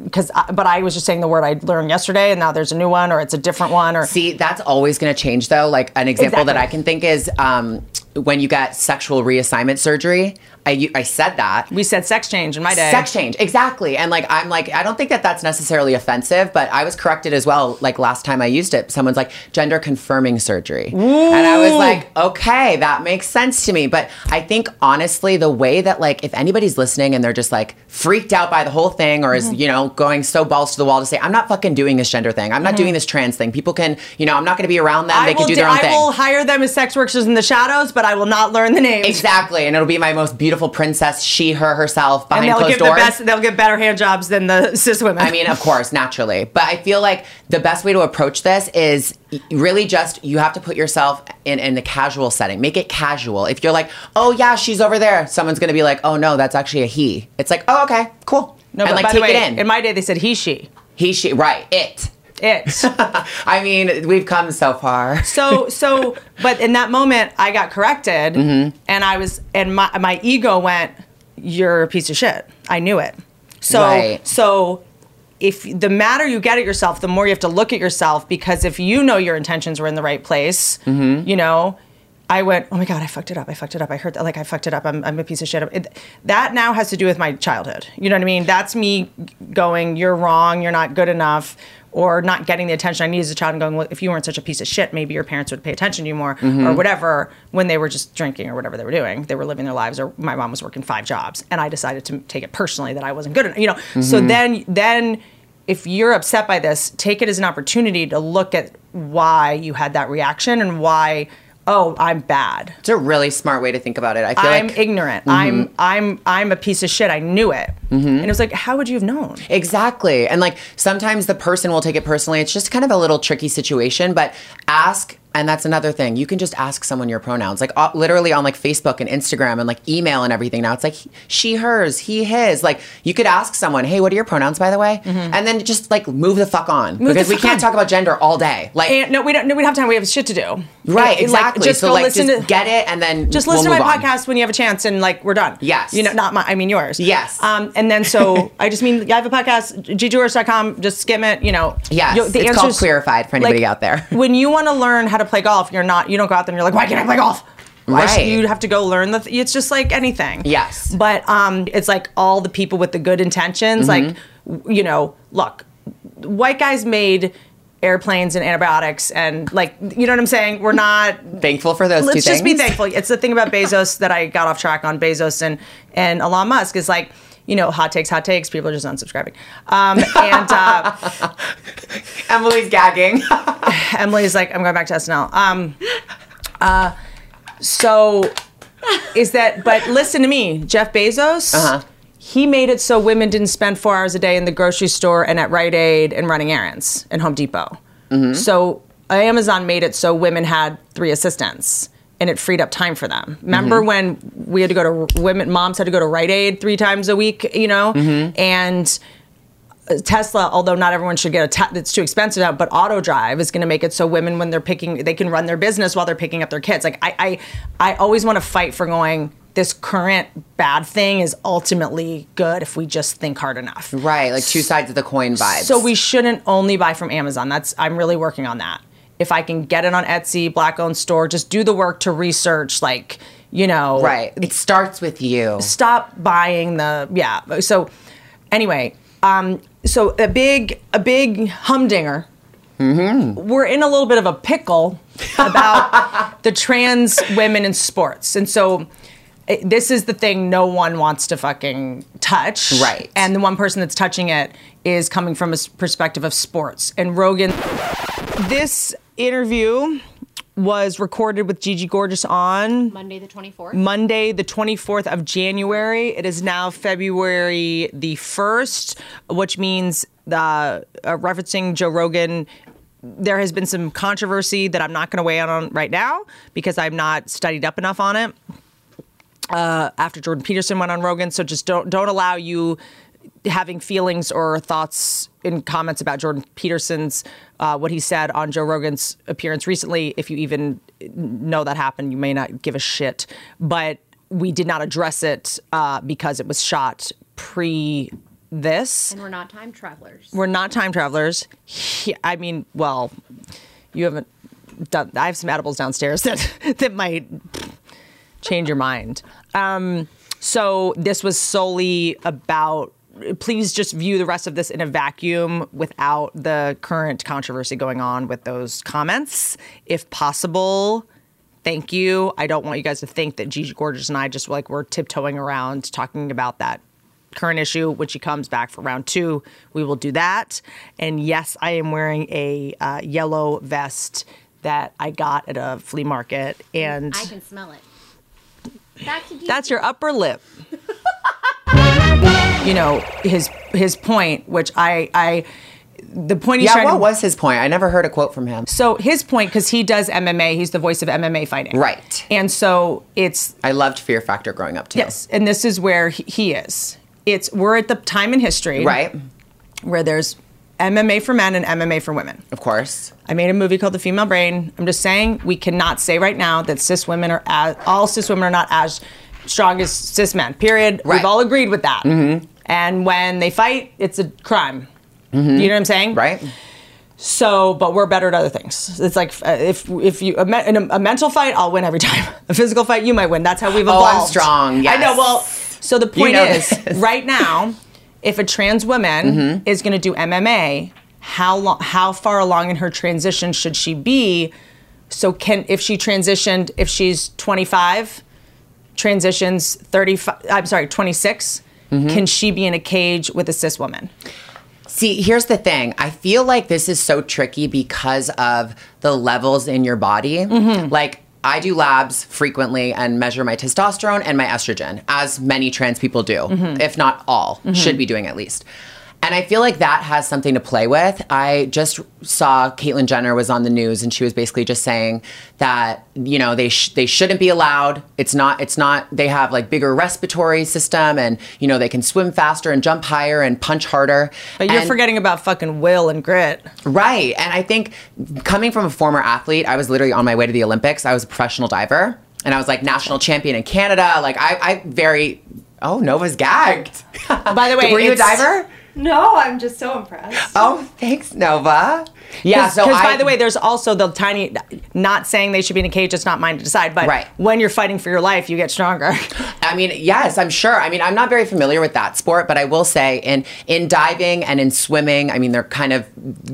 because but I was just saying the word I learned yesterday, and now there's a new one or it's a different one or
See, that's always going to change though. Like an example that I
Exactly.
can think is um, when you got sexual reassignment surgery. I, u- I said that.
we said sex change in my day.
Sex change, exactly. And like, I'm like, I don't think that that's necessarily offensive, but I was corrected as well. Like last time I used it, someone's like gender confirming surgery, and I was like, okay, that makes sense to me. But I think honestly, the way that like, if anybody's listening and they're just like freaked out by the whole thing, or
Mm-hmm.
is you know going so balls to the wall to say, I'm not fucking doing this gender thing, I'm not doing this trans thing. People can, you know, I'm not going to be around them.
Mm-hmm. I
they
will
can do
di-
their own
I
thing.
will hire them as sex workers in the shadows, but I will not learn the names.
Exactly, and it'll be my most beautiful princess, she, her, herself,
And
behind
they'll
closed
give
doors.
the best. They'll get better hand jobs than the cis women.
I mean, of course, naturally. But I feel like the best way to approach this is really just you have to put yourself in, in the casual setting. Make it casual. If you're like, oh, yeah, she's over there, someone's going to be like, oh, no, that's actually a he. It's like, oh, okay, cool.
no,
and
but
like
by
take
the way,
it in.
my day, they said he, she,
he, she, right, it.
it.
I mean, we've come so far.
So so but in that moment I got corrected and I was and my my ego went you're a piece of shit. I knew it. So
Right.
so if the madder you get at yourself, the more you have to look at yourself because if you know your intentions were in the right place, you know, I went, oh my god, I fucked it up. I fucked it up. I heard that, like I fucked it up. I'm, I'm a piece of shit. It- that now has to do with my childhood. You know what I mean? That's me going, you're wrong. You're not good enough, or not getting the attention I need as a child, and going, well, if you weren't such a piece of shit, maybe your parents would pay attention to you more,
Mm-hmm.
or whatever. When they were just drinking or whatever they were doing, they were living their lives. Or my mom was working five jobs, and I decided to take it personally that I wasn't good enough. You know, so
Mm-hmm.
then then if you're upset by this, take it as an opportunity to look at why you had that reaction and why, oh, I'm bad.
It's a really smart way to think about it. I feel
I'm
like. Mm-hmm.
ignorant. I'm I'm I'm a piece of shit. I knew it. And it was like, how would you have known?
Exactly. And like sometimes the person will take it personally. It's just kind of a little tricky situation, but ask and that's another thing. You can just ask someone your pronouns. Like uh, literally on like Facebook and Instagram and like email and everything. Now it's like he- she hers, he his. Like you could ask someone, "Hey, what are your pronouns by the way?" And then just like move the fuck on
Mm-hmm. the
because we
fuck
can't
on.
talk about gender all day. Like
And no, we don't no, we don't have time. We have shit to do.
right,
And, like,
exactly.
just
so
go
like
listen
just
to
get it and then
just
we'll
listen to
move
my
on.
podcast when you have a chance and like we're done.
Yes.
You know, not my I mean yours.
Yes.
Um and then so I just mean I have a podcast, gjours.com, just skim it, you know.
Yes,
You'll-
it's called
answers-
Queerified for anybody out there.
when you want to learn how to play golf, you're not you don't go out there and you're like, why can't I play golf? I sh-
Right.
you'd have to go learn the. Th- it's just like anything.
Yes.
But um, it's like all the people with the good intentions. Like,
Mm-hmm.
w- you know, look, white guys made airplanes and antibiotics, and like, you know what I'm saying. We're not.
Thankful for those two
Let's just
things.
be thankful. It's the thing about Bezos that I got off track on Bezos and and Elon Musk is like, you know, hot takes, hot takes. People are just unsubscribing. Um, and uh,
Emily's gagging.
Emily's like, I'm going back to SNL. Um, uh, so is that? But listen to me, Jeff Bezos.
Uh-huh.
He made it so women didn't spend four hours a day in the grocery store and at Rite Aid and running errands and Home Depot. So Amazon made it so women had three assistants and it freed up time for them. Remember when we had to go to women moms had to go to Rite Aid three times a week, you know? And Tesla, although not everyone should get a te- it's too expensive now, but auto drive is going to make it so women when they're picking they can run their business while they're picking up their kids. Like I I, I always want to fight for going this current bad thing is ultimately good if we just think hard enough.
right, like two sides of the coin vibes.
So we shouldn't only buy from Amazon. That's I'm really working on that. If I can get it on Etsy, black owned store, just do the work to research like, you know,
Right. It starts with you.
stop buying the yeah so anyway um so a big a big humdinger we're in a little bit of a pickle about the trans women in sports and so it- this is the thing no one wants to fucking touch
Right.
and the one person that's touching it is coming from a s- perspective of sports and rogan this interview was recorded with Gigi Gorgeous on
Monday the 24th.
Monday, the 24th of January. It is now February the 1st, which means the, uh, referencing Joe Rogan. There has been some controversy that I'm not going to weigh in on right now because I'm not studied up enough on it. Uh, after Jordan Peterson went on Rogan, so just don't don't allow you having feelings or thoughts in comments about Jordan Peterson's uh, what he said on Joe Rogan's appearance recently. If you even know that happened, you may not give a shit. But we did not address it uh, because it was shot pre this.
and we're not time travelers.
We're not time travelers. He- I mean, well, you haven't done. I have some edibles downstairs that that might change your mind. Um, so this was solely about. Please just view the rest of this in a vacuum without the current controversy going on with those comments, if possible. Thank you. I don't want you guys to think that Gigi Gorgeous and I just like we're tiptoeing around talking about that current issue when she comes back for round two we will do that and yes i am wearing a uh, yellow vest that i got at a flea market and
I can smell it. Back to you.
that's your upper lip you know his his point which i i the point he's
yeah,
trying
what
to
was his point? I never heard a quote from him.
so his point because he does mma he's the voice of mma fighting
Right.
and so it's
I loved Fear Factor growing up too.
yes and this is where he, he is it's we're at the time in history
Right?
where there's mma for men and mma for women
Of course.
I made a movie called The Female Brain. I'm just saying we cannot say right now that cis women are as all cis women are not as strong as cis men. Period.
Right. Mm-hmm.
We've all agreed with that. And when they fight, it's a crime. You know what I'm saying?
Mm-hmm. Right?
So, but we're better at other things. It's like uh, if if you a, me- in a, a mental fight, I'll win every time. A physical fight, you might win. That's how we've
Oh,
evolved.
I'm strong,
I know.
yes.
Well, so the point
know
is,
this. Mm-hmm.
right now, if a trans woman is going to do MMA, how long, how far along in her transition should she be? So, can if she transitioned, if she's 25, transitions 35. I'm sorry, 26.
Mm-hmm.
Can she be in a cage with a cis woman?
See, here's the thing. I feel like this is so tricky because of the levels in your body. Like, I do labs frequently and measure my testosterone and my estrogen, as many trans people do, if not all, should be doing at least. And I feel like that has something to play with. I just saw Caitlyn Jenner was on the news, and she was basically just saying that you know they sh- they shouldn't be allowed. It's not it's not they have like bigger respiratory system, and you know they can swim faster and jump higher and punch harder.
But you're
And-
forgetting about fucking will and grit.
Right. And I think coming from a former athlete, I was literally on my way to the Olympics. I was a professional diver and I was like national champion in Canada. Like I, I very, oh, Nova's gagged.
By the way,
Were you a
it's-
diver?
No, I'm just so impressed.
Oh, thanks, Nova. Yeah, so
because
I,
by the way, there's also the tiny. Not saying they should be in a cage; it's not mine to decide. But
Right.
when you're fighting for your life, you get stronger.
I mean, yes, I'm sure. I mean, I'm not very familiar with that sport, but I will say in in diving and in swimming, I mean, they're kind of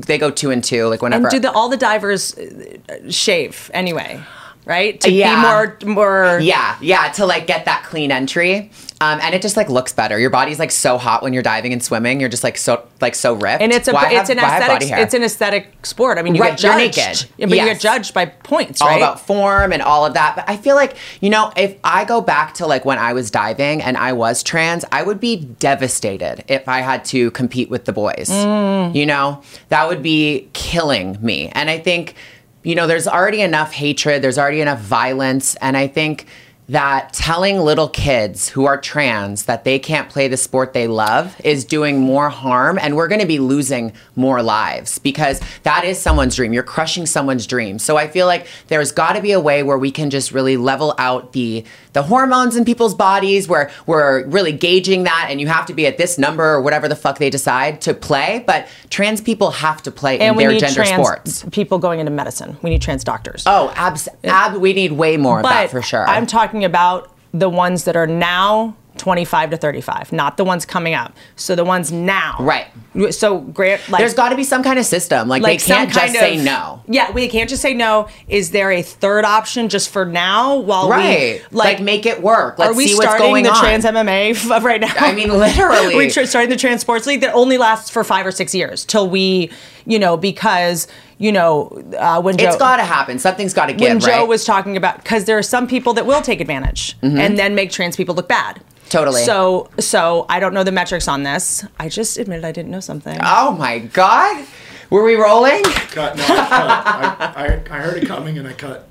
they go two and two, like whenever.
and do the all the divers uh, shave anyway, right? To
Yeah.
be more more.
yeah, yeah, to like get that clean entry, um, and it just like looks better. Your body's like so hot when you're diving and swimming. You're just like so like so ripped.
And it's a
Why
it's
have-
an
why have body
aesthetic
hair?
it's an aesthetic sport. I mean, you
Right,
get
you're
judged,
naked.
Yeah, but you
Yes.
get judged by points,
all
right?
about form and all of that. But I feel like, you know, if I go back to like when I was diving and I was trans, I would be devastated if I had to compete with the boys.
Mm.
You know, that would be killing me. And I think, you know, there's already enough hatred, there's already enough violence. And I think that telling little kids who are trans that they can't play the sport they love is doing more harm and we're going to be losing more lives because that is someone's dream you're crushing someone's dream so i feel like there's got to be a way where we can just really level out the the hormones in people's bodies where we're really gauging that and you have to be at this number or whatever the fuck they decide to play but trans people have to play in
and we
their
need
gender
trans
sports
people going into medicine. We need trans doctors.
oh abs- ab- we need way more of that for sure
I'm talking about the ones that are now 25 to 35, not the ones coming up. So the ones now.
Right.
So Grant, like,
There's got to be some kind of system. Like,
like
they can't
some kind
just say
of-
no.
Yeah, we can't just say no. Is there a third option just for now? While
Right.
we
Like, make it work. Let's
are we
see what's
starting
going
the
on.
trans MMA f- right now?
I mean, literally.
we tr- starting the trans sports league that only lasts for five or six years till we, you know, because you know uh, when
It's
Joe,
got to happen. Something's got to give,
when
right? Mm-hmm.
Joe was talking about because there are some people that will take advantage and then make trans people look bad.
Totally.
So so I don't know the metrics on this. I just admitted I didn't know something.
oh my God. Were we rolling?
Cut. No, I, cut. I, I, I heard it coming and I cut.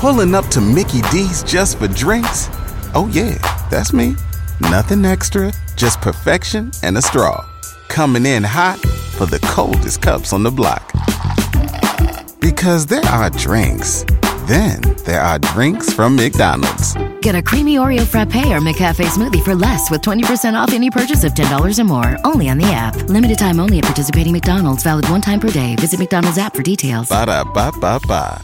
Pulling up to Mickey D's just for drinks? Oh, yeah, that's me. Nothing extra, just perfection and a straw. Coming in hot for the coldest cups on the block. Because there are drinks, then there are drinks from McDonald's.
Get a creamy Oreo frappe or McCafe smoothie for less with 20% off any purchase of $10 or more, only on the app. Limited time only at participating McDonald's, valid one time per day. Visit McDonald's app for details.
Ba da ba ba ba.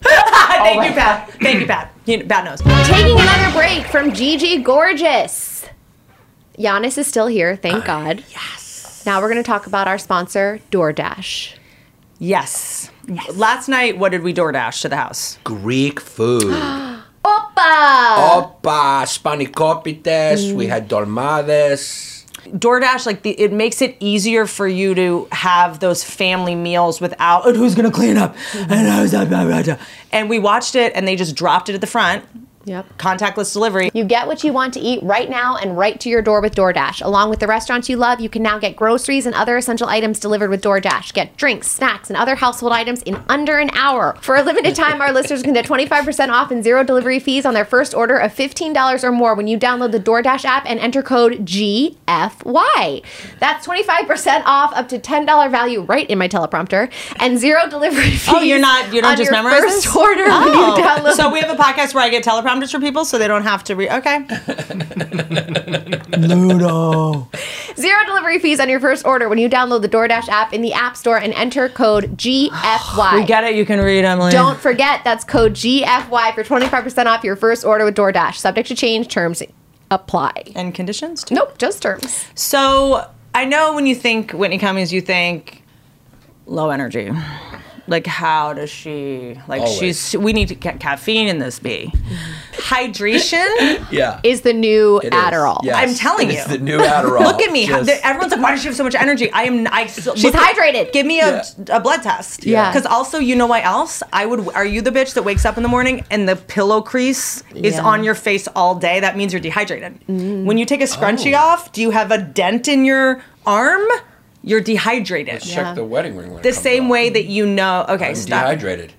Thank you, Pat. Thank you, Pat. You know, Pat knows.
Taking another break from Gigi Gorgeous. Giannis is still here, thank God. Ah, Yes. Now we're going to talk about our sponsor, DoorDash.
Yes. Last night, what did we DoorDash to the house?
Greek food.
Opa!
Opa, spanikopites. We had dolmades.
DoorDash, like the, it makes it easier for you to have those family meals without and who's gonna clean up and how's that blah, blah, blah. And we watched it, and they just dropped it at the front.
Yep.
Contactless delivery.
You get what you want to eat right now and right to your door with DoorDash. Along with the restaurants you love, you can now get groceries and other essential items delivered with DoorDash. Get drinks, snacks, and other household items in under an hour. For a limited time, our listeners can get 25% off and zero delivery fees on their first order of $15 or more when you download the DoorDash app and enter code GFY. That's 25% off up to $10 value right in my teleprompter and zero delivery fees.
Oh, you're not. You don't
on
just
your
memorize
first
this?
order when
Oh.
you download
So we have a podcast where I get teleprompters for people, so they don't have to read. Okay.
Zero delivery fees on your first order when you download the DoorDash app in the App Store and enter code GFY.
We get it. You can read, Emily.
Don't forget, that's code GFY for 25% off your first order with DoorDash. Subject to change, terms apply.
And conditions too.
Nope, just terms.
So I know when you think Whitney Cummings, you think low energy. Like how does she? Like
Always.
she's. We need to get caffeine in this bee. Hydration.
Yeah.
Is the new
It is.
Adderall.
Yes.
I'm telling
It's
you.
the new Adderall.
Look at me.
Just-
The- Everyone's like, why does she have so much energy? I am. I still,
She's hydrated.
Give me a, a blood test.
Yeah.
Because also, you know why else? I would. Are you the bitch that wakes up in the morning and the pillow crease is
Yeah. Mm.
on your face all day? That means you're dehydrated. When you take a scrunchie
Oh.
off, do you have a dent in your arm? You're dehydrated.
Check the wedding ring. when it
The
comes
same
off.
way that you know. Okay,
I'm
stop.
dehydrated.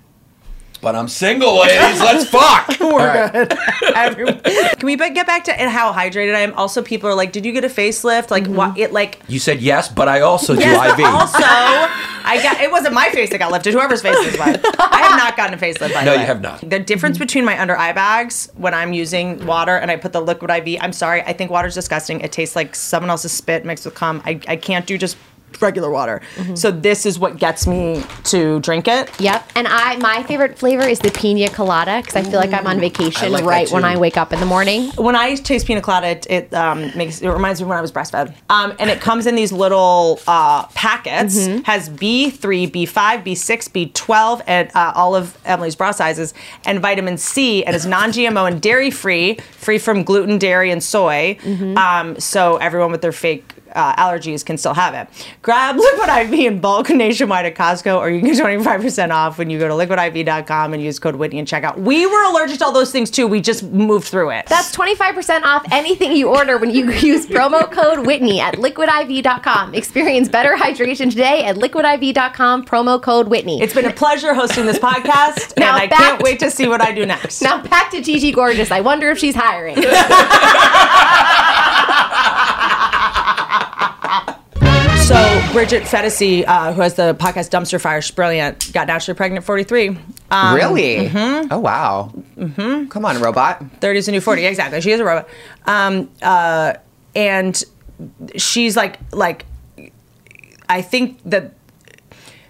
But I'm single, ladies. Let's fuck. All right.
Every- Can we but get back to and how hydrated I am? Also, people are like, "Did you get a facelift?"
Mm-hmm.
Like, why it like
You said yes, but I also do IV.
Also, I got it wasn't my face that got lifted. Whoever's face is mine. I have not gotten a facelift. By the
No, you
way.
have not.
The difference between my under eye bags when I'm using water and I put the liquid IV. I'm sorry, I think water's disgusting. It tastes like someone else's spit mixed with cum. I, I can't do just regular water.
Mm-hmm.
So this is what gets me to drink it.
Yep. And I my favorite flavor is the pina colada because I feel like I'm on vacation
Mm. like that
right when
too.
I wake up in the morning.
When I taste pina colada, it, it um, makes it reminds me when I was breastfed. Um, and it comes in these little uh, packets. Has B three, B five, B six, B twelve, and uh, all of Emily's bra sizes, and vitamin C, and is non-GMO and dairy free, free from gluten, dairy, and soy. Um, so everyone with their fake. Uh, allergies can still have it. Grab Liquid IV in bulk nationwide at Costco, or you can get 25% off when you go to liquidiv.com and use code Whitney and checkout. We were allergic to all those things too. We just moved through it.
That's 25% off anything you order when you use promo code Whitney at liquidiv.com. Experience better hydration today at liquidiv.com, promo code Whitney.
It's been a pleasure hosting this podcast,
Now
and I
back-
can't wait to see what I do next.
now back to Gigi Gorgeous. I wonder if she's hiring.
So, Bridget Fetisi, uh, who has the podcast Dumpster Fire, she's brilliant, got naturally pregnant at 43. Um, Mm-hmm.
really? Oh wow. Come on, robot.
30 is a new 40. Exactly. She is a robot. Um, uh, and she's like, like, I think that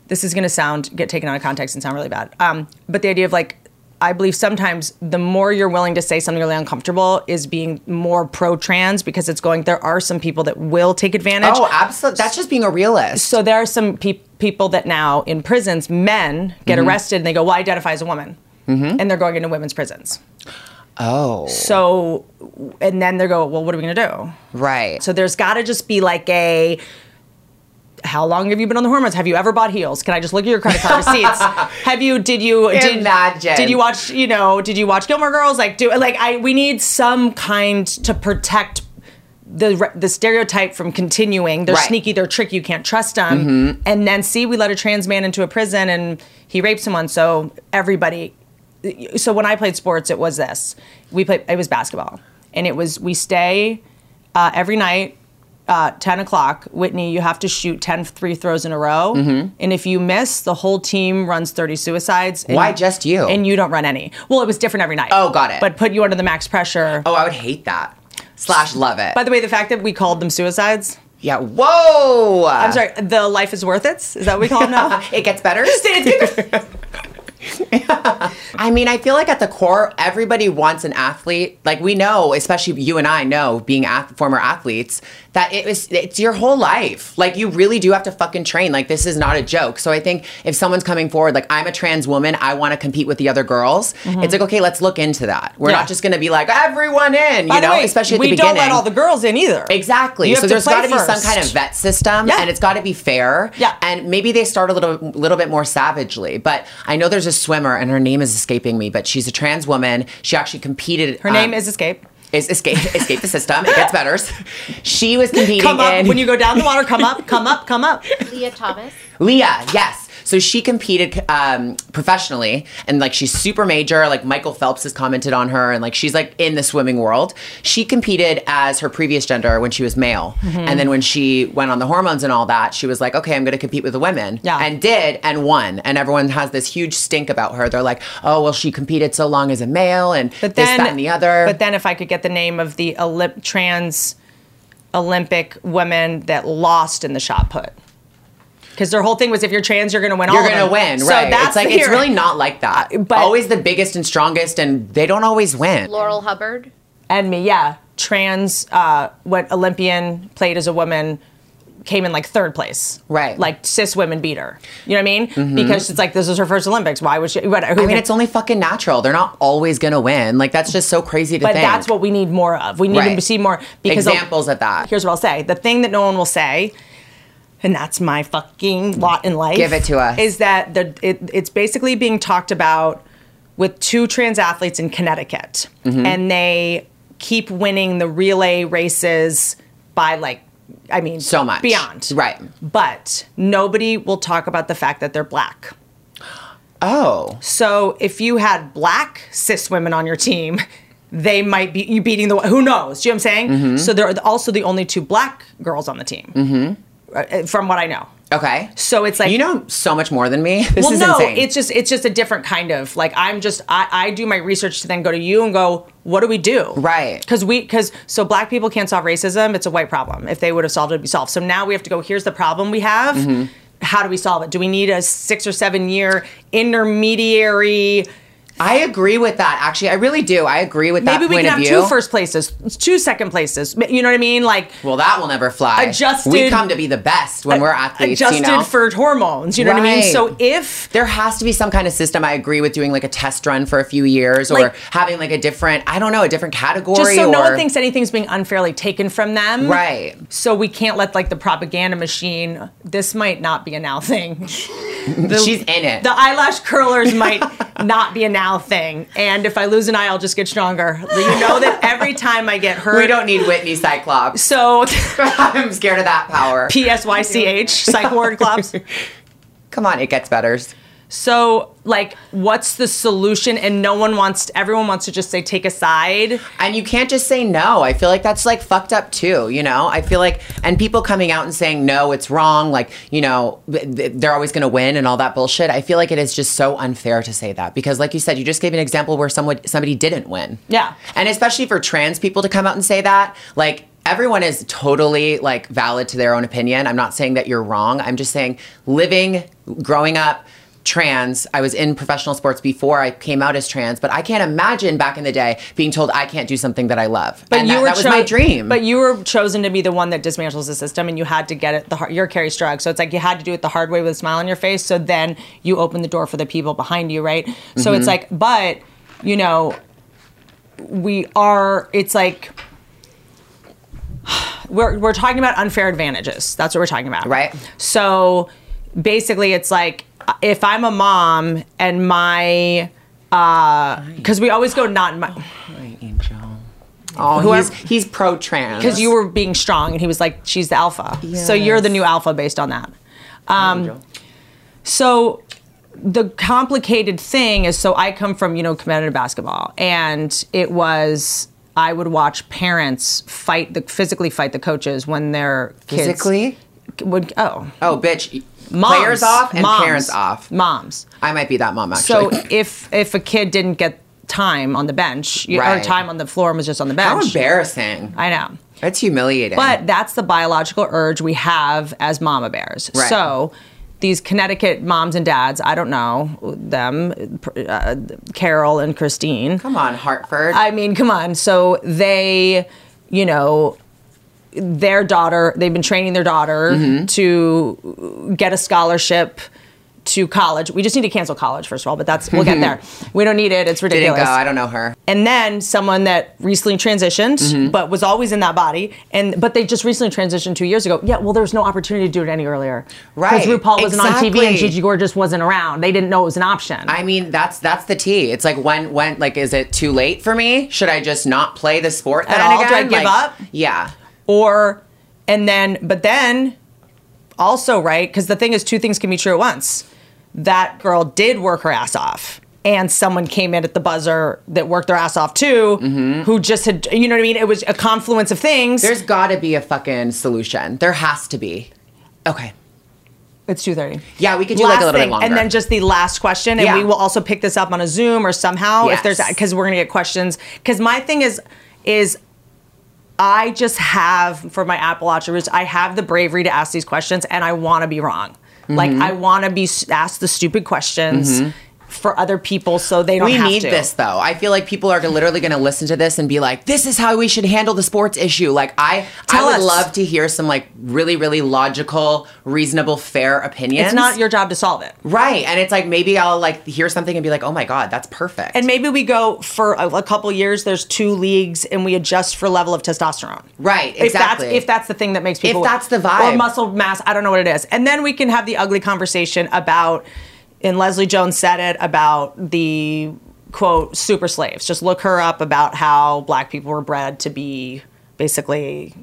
this is going to sound, get taken out of context and sound really bad. Um, but the idea of like, I believe sometimes the more you're willing to say something really uncomfortable is being more pro trans because it's going, there are some people that will take advantage.
Oh, absolutely. That's just being a realist.
So there are some peop people that now in prisons, men get arrested and they go, "Well, I identify as a woman," and they're going into women's prisons.
oh,
So, and then they go, "Well, what are we going to do?"
right.
So there's got to just be like a. How long have you been on the hormones? Have you ever bought heels? Can I just look at your credit card receipts? have you? Did you? Did,
Imagine.
Did you watch? You know? Did you watch Gilmore Girls? Like do like I? We need some kind to protect the re- the stereotype from continuing. They're
Right. Mm-hmm.
sneaky. They're tricky. You can't trust them. And then see, we let a trans man into a prison and he raped someone. So everybody so when I played sports, it was this. We played. It was basketball, and it was we stay uh, every night. Uh, 10 o'clock, Whitney, you have to shoot 10 free throws in a row.
Mm-hmm.
And if you miss, the whole team runs 30 suicides. and-
Why just you?
And you don't run any. Well, it was different every night.
Oh, got it.
But put you under the max pressure.
oh, I would hate that. Slash, love it.
By the way, the fact that we called them suicides,
yeah. Whoa.
I'm sorry, the life is worth it. Is that what we call them now?
It gets better. I mean, I feel like at the core, everybody wants an athlete. Like we know, especially you and I know, being ath- former athletes, that it was it's your whole life. Like you really do have to fucking train. Like this is not a joke. So I think if someone's coming forward, like I'm a trans woman, I want to compete with the other girls. It's like okay, let's look into that.
Mm-hmm.
We're
Yeah.
not just gonna be like everyone in, you
By the
know,
way,
especially at
we
the beginning.
don't let all the girls in either.
Exactly.
You have
So
to
there's
play
got to be some
first.
kind of vet system,
Yeah.
and it's got to be fair.
Yeah.
And maybe they start a little little bit more savagely. But I know there's a swimmer, and her name is escaping me, but she's a trans woman. She actually competed. um,
Her name is Escape.
Is escape escape the system. It gets better. She was competing
Come up.
in
When you go down the water, come up, come up, come up.
Leah Thomas.
Leah, yes. So she competed um, professionally, and like she's super major. Like Michael Phelps has commented on her, and like she's like in the swimming world. She competed as her previous gender when she was male,
Mm-hmm.
and then when she went on the hormones and all that, she was like, okay, I'm going to compete with the women,
Yeah.
and did and won. And everyone has this huge stink about her. They're like, oh well, she competed so long as a male, and
But
this,
then,
that, and the other.
But then, if I could get the name of the Olymp- trans Olympic women that lost in the shot put, because their whole thing was if you're trans, you're going to win.
you're
all
gonna
of them.
win,
So
right?
that's
it's like
the- Uh,
it's really not like that.
but-
always the biggest and strongest, and they don't always win.
Laurel Hubbard.
and me, yeah. Trans, uh, what Olympian played as a woman came in like third place,
Right. Mm-hmm.
Like cis women beat her. You know what I mean? Because it's like this is her first Olympics. Why would she? But,
I mean, it's only fucking natural. They're not always gonna win. Like that's just so crazy to
But
think.
that's what we need more of. We need
Right.
to see more because
Examples of that.
Uh, Here's what I'll say: the thing that no one will say, and that's my fucking lot in life.
Give it to us.
Is that the it, it's basically being talked about with two trans athletes in Connecticut,
Mm-hmm.
and they keep winning the relay races by like, I mean,
so much
beyond
right?
But nobody will talk about the fact that they're black.
Oh.
So if you had black cis women on your team, they might be you beating the who knows? Do you know what I'm saying?
Mm-hmm.
So they're also the only two black girls on the team, mm-hmm. from what I know.
Okay.
So it's like
You know so much more than me. This
well,
is
no,
insane.
it's just it's just a different kind of like I'm just I, I do my research to then go to you and go, what do we do?
Right.
Because we because so black people can't solve racism. It's a white problem. If they would have solved it, it'd be solved. So now we have to go. Here's the problem we have.
Mm-hmm.
How do we solve it? Do we need a six or seven year intermediary?
I agree with that. Actually, I really do. I agree with that
Maybe we
point
can have
of view.
two first places, two second places. You know what I mean? Like
well, that will never fly.
Adjusted-
We come to be the best when we're athletes.
adjusted
you know?
for hormones. You know what I mean?
Right.
So if
there has to be some kind of system. I agree with doing like a test run for a few years or
Like-
having like a different, I don't know, a different category.
just so
or,
no one thinks anything's being unfairly taken from them.
Right.
So we can't let like the propaganda machine. This might not be a now thing.
She's in it.
The eyelash curlers might not be a now thing. And if I lose an eye, I'll just get stronger. You know that every time I get hurt.
we don't need Whitney Cyclops.
So
I'm scared of that power.
P S Y C H psych ward clubs.
Come on, it gets better.
So like, what's the solution? And no one wants. Everyone wants to just say take a side.
And you can't just say no. I feel like that's like fucked up too, you know? I feel like, and people coming out and saying, no, it's wrong, like, you know, th- th- they're always gonna win and all that bullshit. I feel like it is just so unfair to say that because, like you said, you just gave an example where someone, somebody didn't win.
Yeah.
And especially for trans people to come out and say that, like, everyone is totally like valid to their own opinion. I'm not saying that you're wrong. I'm just saying living, growing up, trans, I was in professional sports before I came out as trans, but I can't imagine back in the day being told I can't do something that I love.
But
and
you
that,
were
that was
cho-
my dream.
But you were chosen to be the one that dismantles the system, and you had to get it. The hard, you're Carrie Strug, so it's like you had to do it the hard way with a smile on your face. So then you open the door for the people behind you, right? So
Mm-hmm.
it's like, but you know, we are. It's like. We're, we're talking about unfair advantages. That's what we're talking about.
Right.
So basically, it's like if I'm a mom and my, because we always go not in my,
Right, Angel. Oh,
Whoever-
he's, he's pro trans.
because you were being strong and he was like she's the alpha so you're the new alpha based on that um, so the complicated thing is so i come from you know competitive basketball and it was i would watch parents fight the physically fight the coaches when their kids
Physically?
would oh
Oh, bitch.
moms,
Players off and
moms,
parents off.
moms
I might be that mom,
so
actually.
if if a kid didn't get time on the bench you- or
Right.
time on the floor and was just on the bench
How embarrassing.
i know
That's humiliating.
but that's the biological urge we have as mama bears.
Right.
So these Connecticut moms and dads, I don't know them, uh, Carol and Christine.
come on, Hartford.
I mean, come on. So they, you know, their daughter, they've been training their daughter
Mm-hmm.
to get a scholarship to college. We just need to cancel college, first of all, but that's, we'll get there. We don't need it. It's
didn't
ridiculous
go. I don't know her.
and then someone that recently transitioned
Mm-hmm.
but was always in that body and but they just recently transitioned two years ago yeah well there was no opportunity to do it any earlier
Right,
because rupaul wasn't on tv and
exactly.
gigi gore just wasn't around they didn't know it was an option
I mean, that's that's the tea. It's like when when like is it too late for me? Should I just not play the sport
At
then
all? Do
again?
I give
Like,
up?
Yeah.
or and then but then also right because the thing is two things can be true at once that girl did work her ass off and someone came in at the buzzer that worked their ass off too who just had you know what i mean it was a confluence of things
Mm-hmm. There's got to be a fucking solution. There has to be. Okay.
It's two thirty.
Yeah, we could do, like, a little bit longer.
And then just the last question, and
Yeah.
we will also pick this up on a Zoom or somehow if there's
Yes.
because we're gonna get questions. Because my thing is, is I just have for my Appalachia roots, I have the bravery to ask these questions, and I want to be wrong.
Mm-hmm.
Like I want to be s- asked the stupid questions for other people, so they don't.
We
have
need
to.
this though. I feel like people are literally going to listen to this and be like, "This is how we should handle the sports issue." Like I,
Tell
I would
us.
love to hear some like really, really logical, reasonable, fair opinions.
It's not your job to solve it.
right, and it's like maybe I'll like hear something and be like, "Oh my god, that's perfect."
And maybe we go for a, a couple years. There's two leagues, and we adjust for level of testosterone.
Right, exactly.
If that's if that's the thing that makes people.
that's the vibe.
or muscle mass, I don't know what it is. And then we can have the ugly conversation about. And Leslie Jones said it about the quote super slaves. Just look her up about how black people were bred to be basically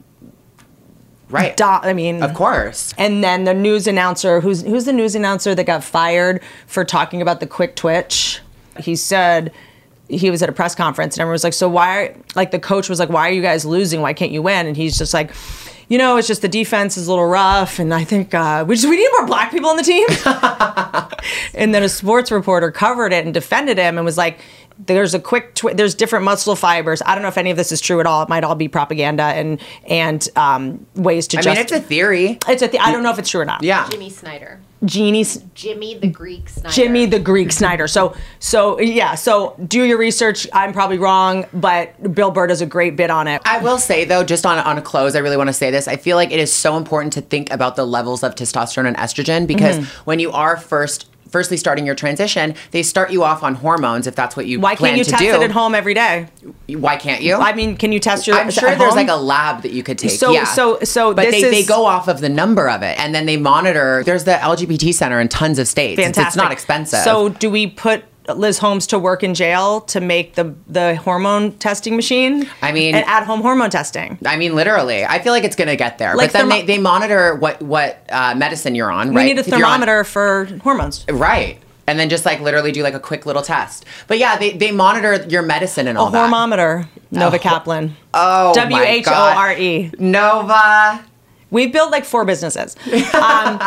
Right.
do- I mean,
Of course.
And then the news announcer, who's who's the news announcer that got fired for talking about the quick twitch? He said he was at a press conference and everyone was like, "So why?" Are, like the coach was like, "Why are you guys losing? Why can't you win?" And he's just like. You know, it's just the defense is a little rough, and I think uh, we just we need more black people on the team. and then a sports reporter covered it and defended him and was like, "There's a quick, twi- there's different muscle fibers. I don't know if any of this is true at all. It might all be propaganda and and um, ways to
I
just."
mean, it's a theory.
It's a th- I don't know if it's true or not.
Yeah.
Jimmy Snyder.
Genie, S-
Jimmy the Greek Snyder.
Jimmy the Greek Snyder. So, so yeah. So do your research. I'm probably wrong, but Bill Burr does a great bit on it.
I will say though, just on on a close, I really want to say this. I feel like it is so important to think about the levels of testosterone and estrogen because
Mm-hmm.
when you are first. Firstly, starting your transition, they start you off on hormones if that's what you
Why
plan
can't you
to
test
do.
it at home every day?
Why can't you?
I mean, can you test your?
I'm sure
at
there's
home?
like a lab that you could take.
So-
yeah.
so- so
but
this
they, they
is-
go off of the number of it, and then they monitor. There's the LGBT center in tons of states. It's-
fantastic.
It's not expensive.
So do we put? Liz Holmes to work in jail to make the the hormone testing machine.
I mean-
and at home hormone testing.
I mean, literally, I feel like it's gonna get there.
Like
but then
thermo-
they, they monitor what what uh, medicine you're on.
We
right?
need a
If you're on-
thermometer for hormones.
right. And then just like literally do like a quick little test. But yeah, they, they monitor your medicine and
A
all that.
hormometer. Nova Kaplan.
Oh my
W H O
God.
R E.
Nova.
We've built like four businesses. Um,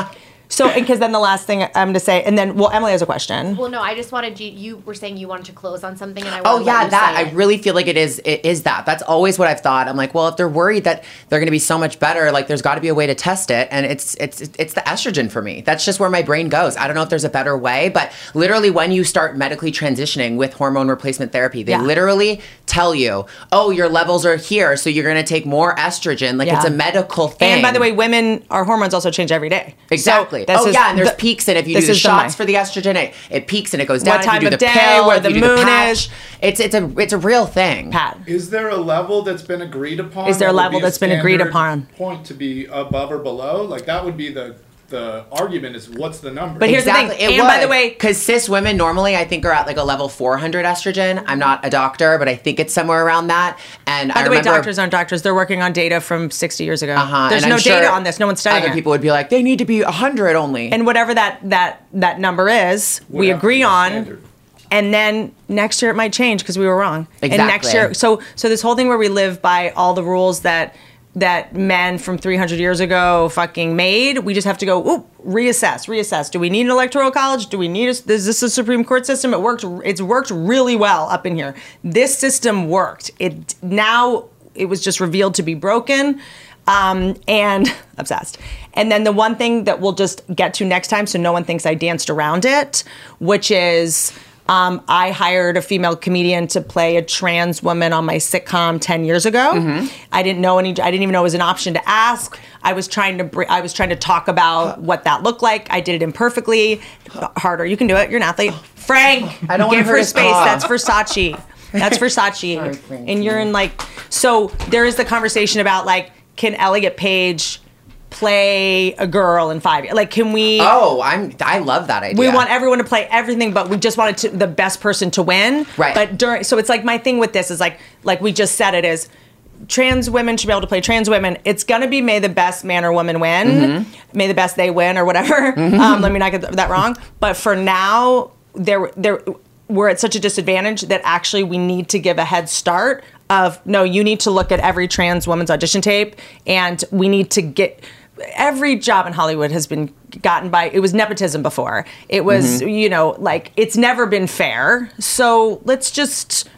so, because then the last thing I'm going to say, and then, well, Emily has a question.
Well, no, I just wanted you. You were saying you wanted to close on something, and I.
Oh
wanna let
yeah,
you
that
say
I
it.
really feel like it is. It is that. That's always what I've thought. I'm like, well, if they're worried that they're going to be so much better, like there's got to be a way to test it, and it's it's it's the estrogen for me. That's just where my brain goes. I don't know if there's a better way, but literally, when you start medically transitioning with hormone replacement therapy, they
Yeah.
literally tell you, oh, your levels are here, so you're going to take more estrogen. Like it's
Yeah.
a medical thing.
and by the way, women, our hormones also change every day. So
Exactly.
this
oh
is
yeah, and there's
the-
peaks, and if you
this
do the
is
shots
my-
for the estrogen, it, it peaks and it goes down. If you
time
do
of
the
day,
pill,
where
if
the
you do
moon
patch,
is.
It's it's a it's a real thing.
Pat.
Is there a level that's been agreed upon?
Is there a
that would
level
be
that's been agreed
standard
upon?
Point to be above or below? Like that would be the the argument is what's the number?
But here's the thing. And by the way-
because cis women normally, I think, are at like a level 400 estrogen. I'm not a doctor, but I think it's somewhere around that. And
By
I
the way,
remember,
doctors aren't doctors. They're working on data from 60 years ago.
Uh-huh,
There's
and
no
I'm sure
data on this. No one's studying
Other
it.
people would be like, they need to be 100 only.
and whatever that that that number is,
Would
we
have to be
agree
the
on.
standard.
and then next year it might change because we were wrong. And next
Exactly.
year, so so this whole thing where we live by all the rules that that men from 300 years ago fucking made, we just have to go oop, reassess, reassess. Do we need an electoral college? Do we need a, is this a Supreme Court system? It worked. It's worked really well up in here. This system worked. It now it was just revealed to be broken. Um, and obsessed. And then the one thing that we'll just get to next time, so no one thinks I danced around it, which is um, I hired a female comedian to play a trans woman on my sitcom ten years ago.
Mm-hmm.
I didn't know any. I didn't even know it was an option to ask. I was trying to. Br- I was trying to talk about what that looked like. I did it imperfectly. Harder. You can do it. You're an athlete. Frank.
I don't wanna
give
hurt
her
his
space.
dog.
That's Versace. That's Versace.
Frankie.
and you're in like. So there is the conversation about like, can Elliot Page play a girl in five years? Like, can we?
oh, I'm. I love that idea.
We want everyone to play everything, but we just wanted to, the best person to win.
Right.
But during, so it's like my thing with this is like, like we just said, it is trans women should be able to play trans women. It's gonna be may the best man or woman win, may the best they win or whatever. Um, let me not get that wrong. But for now, there, there, we're at such a disadvantage that actually we need to give a head start of no, you need to look at every trans woman's audition tape, and we need to get every job in Hollywood has been gotten by it was nepotism before. It was you know like it's never been fair. So let's just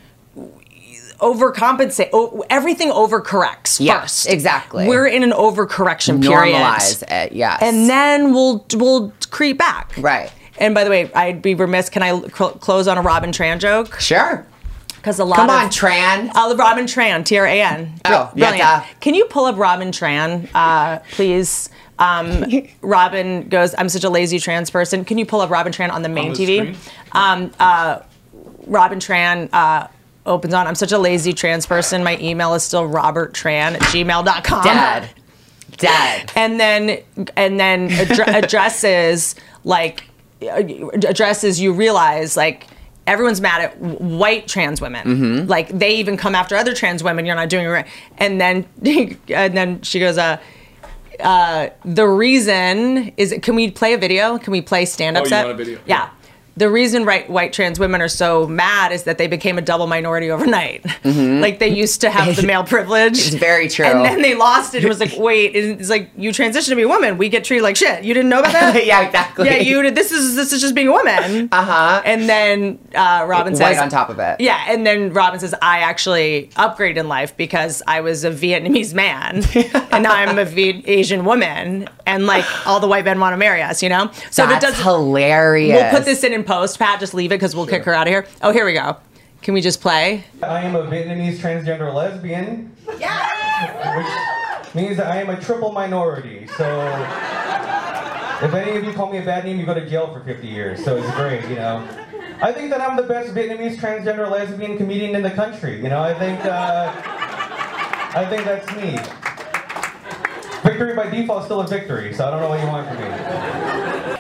overcompensate. O- everything overcorrects
Yes,
first.
exactly.
We're in an overcorrection period.
normalize it. Yes.
And then we'll we'll creep back.
Right.
And by the way, I'd be remiss. Can I cl- close on a Robin Tran joke?
sure.
Because a lot
Come
of
on, Tran.
uh, Robin Tran, T R A N.
Oh, yeah,
brilliant.
duh.
Can you pull up Robin Tran, uh, please? Um, Robin goes, I'm such a lazy trans person. Can you pull up Robin Tran on the main
the
TV?
screen?
Um, uh, Robin Tran uh, opens on, I'm such a lazy trans person. My email is still roberttran at gmail.com.
Dead. Dead.
And then, and then addre- addresses, like, uh, addresses you realize, like, everyone's mad at w- white trans women.
Mm-hmm.
Like they even come after other trans women. You're not doing it right. And then and then she goes, uh, uh, the reason is can we play a video? Can we play stand up
Oh, you
set?
want a video?
Yeah. The reason right, white trans women are so mad is that they became a double minority overnight.
Mm-hmm.
Like they used to have the male privilege.
It's very true.
And then they lost it. It was like, wait, it's like you transition to be a woman. We get treated like shit. You didn't know about that?
Yeah, exactly. Uh-huh.
Yeah, you did. This is this is just being a woman. Uh huh. And then uh, Robin
Right
says,
on top of it.
Yeah, and then Robin says, I actually upgraded in life because I was a Vietnamese man and now I'm a v- Asian woman, and like all the white men want to marry us, you know. So if
That's
it doesn't,
hilarious.
we'll put this in in post. Pat, just leave it because we'll kick her out of here. Oh, here we go. Can we just play?
I am a Vietnamese transgender lesbian, which means that I am a triple minority. So if any of you call me a bad name, you go to jail for 50 years. So it's great, you know. I think that I'm the best Vietnamese transgender lesbian comedian in the country. You know, I think uh, I think that's me. Victory by default is still a victory, so I don't know what you want from me.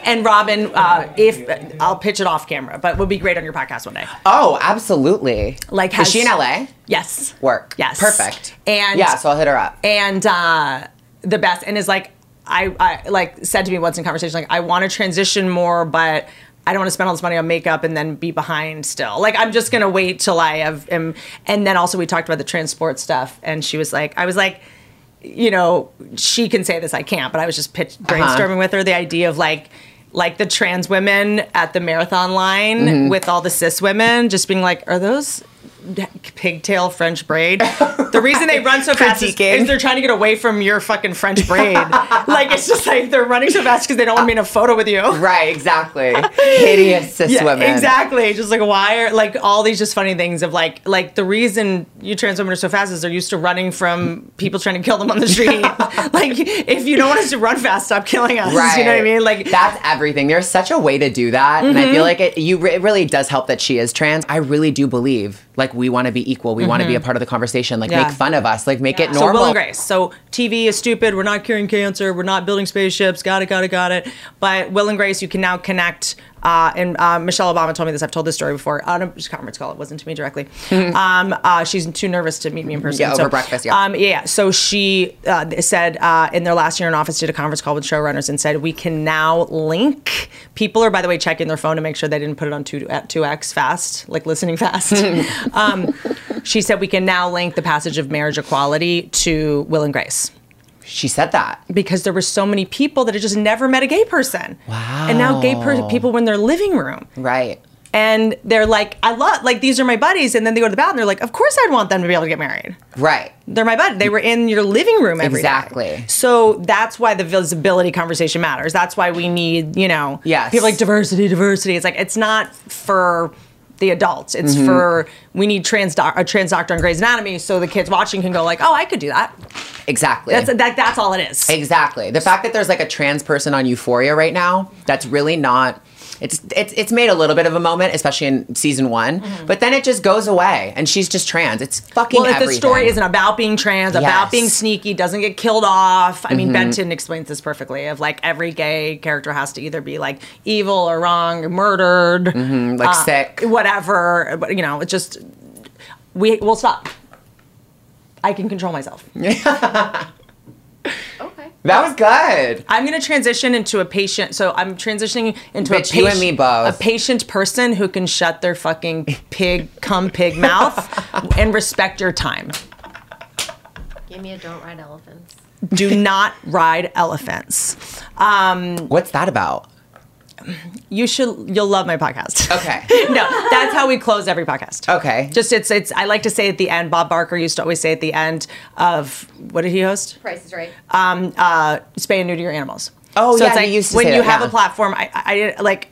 And Robin, uh, if I'll pitch it off camera, but would be great on your podcast one day.
Oh, absolutely.
Like,
is
has-
she in LA?
Yes.
Work.
Yes.
Perfect.
And-
yeah, so I'll hit her up.
and uh, the best and is like I, I like said to me once in conversation like i want to transition more but i don't want to spend all this money on makeup and then be behind still like i'm just gonna wait till i have am and then also we talked about the transport stuff and she was like i was like you know she can say this i can't but i was just pitch, brainstorming with her the idea of like like the trans women at the marathon line with all the cis women just being like are those pigtail French braid. The reason they run so fast is,
Critiquing.
is they're trying to get away from your fucking French braid. like it's just like they're running so fast because they don't want me in a photo with you.
Right, exactly. Hideous cis
Yeah,
women.
exactly. Just like why are like all these just funny things of like like the reason you trans women are so fast is they're used to running from people trying to kill them on the street. like if you don't want us to run fast, stop killing us.
Right.
You know what I mean? Like Mm-hmm.
that's everything. There's such a way to do that, and I feel like it. You it really does help that she is trans. I really do believe like we want to be equal. We want to be a part of the conversation. Like
Mm-hmm. Yeah.
make fun of us. Like make it
So
normal.
Will and Grace. So TV is stupid. We're not curing cancer. We're not building spaceships. Got it. Got it. Got it. But Will and Grace, you can now connect. Uh, and uh, Michelle Obama told me this. I've told this story before on a conference call. It wasn't to me directly. um, uh, she's too nervous to meet me in person.
Yeah, over breakfast, yeah.
Um, yeah. So she uh, th- said uh, in their last year in office, did a conference call with showrunners and said we can now link. People are, by the way, checking their phone to make sure they didn't put it on two two X fast, like listening fast. um, she said we can now link the passage of marriage equality to Will and Grace
She said that.
because there were so many people that had just never met a gay person. Wow. And now gay per- people were in their living room.
Right.
And they're like, I love, like, these are my buddies. And then they go to the bathroom. They're like, of course I'd want them to be able to get married.
Right.
They're my buddy. They were in your living room every day.
Exactly.
So that's why the visibility conversation matters. That's why we need, you know,
Yes.
people like diversity, diversity. It's like it's not for the adults. It's
Mm-hmm.
for we need trans doc- a trans doctor on Grey's Anatomy so the kids watching can go like, oh, I could do that.
Exactly.
That's that, that's all it is.
Exactly. The fact that there's like a trans person on Euphoria right now, that's really not. It's, it's it's made a little bit of a moment, especially in season one, but then it just goes away, and she's just trans. It's fucking.
Mm-hmm. Well, if the
everything.
story isn't about being trans,
Yes. Mm-hmm.
about being sneaky, doesn't get killed off. I mean, Benton explains this perfectly. Of like every gay character has to either be like evil or wrong, murdered,
like sick,
Uh, whatever. But you know, it's just we will stop. I can control myself.
Okay.
that was good.
I'm going to transition into a patient. So I'm transitioning into a
Bitch,
patient,
you and me both.
a patient person who can shut their fucking pig cum pig mouth and respect your time.
Give me a don't ride elephants.
Do not ride elephants.
What's that about?
You should. You'll love my podcast.
Okay.
no, that's how we close every podcast.
Okay.
Just it's it's. I like to say at the end. Bob Barker used to always say at the end of what did he host?
Price is right.
spay and neuter your animals.
Oh,
so
yeah,
it's like
he used to
when
say
you
that,
have
yeah.
a platform, I, I, I like.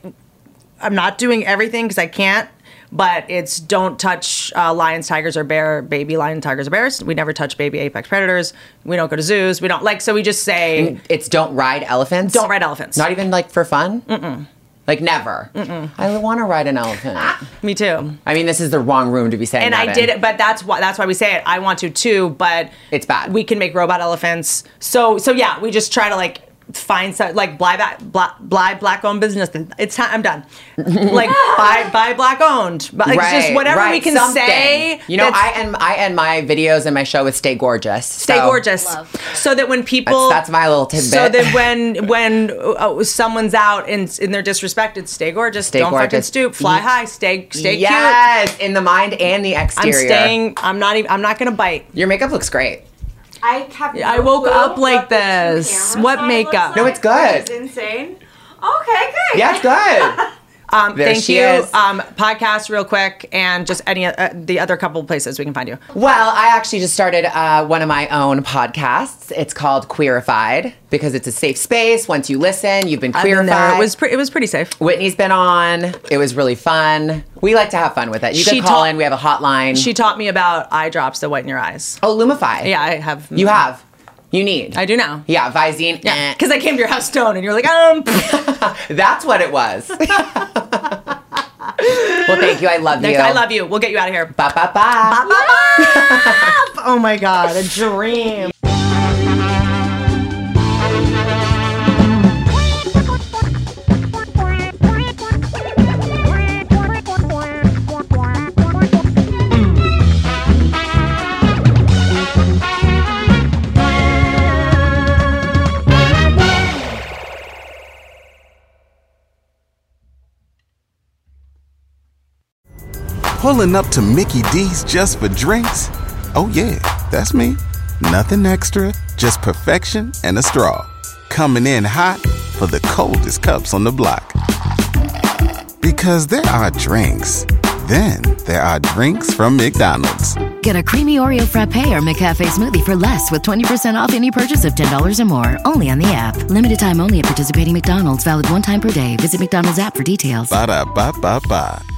I'm not doing everything because I can't, but it's don't touch uh, lions, tigers, or bear baby lion, tigers, or bears. We never touch baby apex predators. We don't go to zoos. We don't like so we just say
It's don't ride elephants.
don't ride elephants.
Mm. Not even like for fun. Mm-mm. Like never. I want to ride an elephant.
Me too.
I mean, this is the wrong room to be saying.
Ah. and
that
I
in.
did it, but that's why that's why we say it. I want to too, but
It's bad.
We can make robot elephants. So so yeah, we just try to like find some like buy back black buy black owned business. It's time. I'm done. Like buy buy black owned. But it's just whatever we
right,
can
something.
say.
You know,
that's-
I end I end my videos and my show with "Stay Gorgeous."
stay
so-
gorgeous
Love.
so that when people
That's- that's my little tidbit.
so that when when uh, someone's out and, and they're disrespected stay gorgeous
Stay
don't fucking
gorgeous.
stoop fly
Ye-
high stay stay cute
yes, in the mind and the
i'm
exterior.
staying i'm not even i'm not gonna bite
Your makeup looks great.
I have.
I
no
woke
clue
up
what
like
the two
this.
cameras
What
side looks
makeup? No,
like.
it's good.
It's insane. Okay, good.
Yeah, it's good.
um
There
thank
she
you
is.
um podcast real quick and just any uh, the other couple places we can find you
well, I actually just started uh, one of my own podcasts. It's called Queerified because it's a safe space. Once you listen, you've been
I've been
queerified.
there. it was pre- it was pretty safe
Whitney's been on. It was really fun. We like to have fun with it. You
She
can call
ta-
in. We have a hotline.
she taught me about eye drops that whiten your eyes
oh, Lumify.
yeah i have
You have. You need.
i do now
Yeah, Visine.
yeah
Yeah.
because i came to your house stoned and you're like um
That's what it was. well, thank you. I love you.
i love you we'll get you out of here
Ba, ba, ba.
oh my god, a dream.
Pulling up to Mickey D's just for drinks? Oh, yeah, that's me. Nothing extra, just perfection and a straw. Coming in hot for the coldest cups on the block. Because there are drinks, then there are drinks from McDonald's.
Get a creamy Oreo frappe or McCafe smoothie for less with 20% off any purchase of $10 or more, only on the app. Limited time only at participating McDonald's, valid one time per day. Visit McDonald's app for details.
Ba da ba ba ba.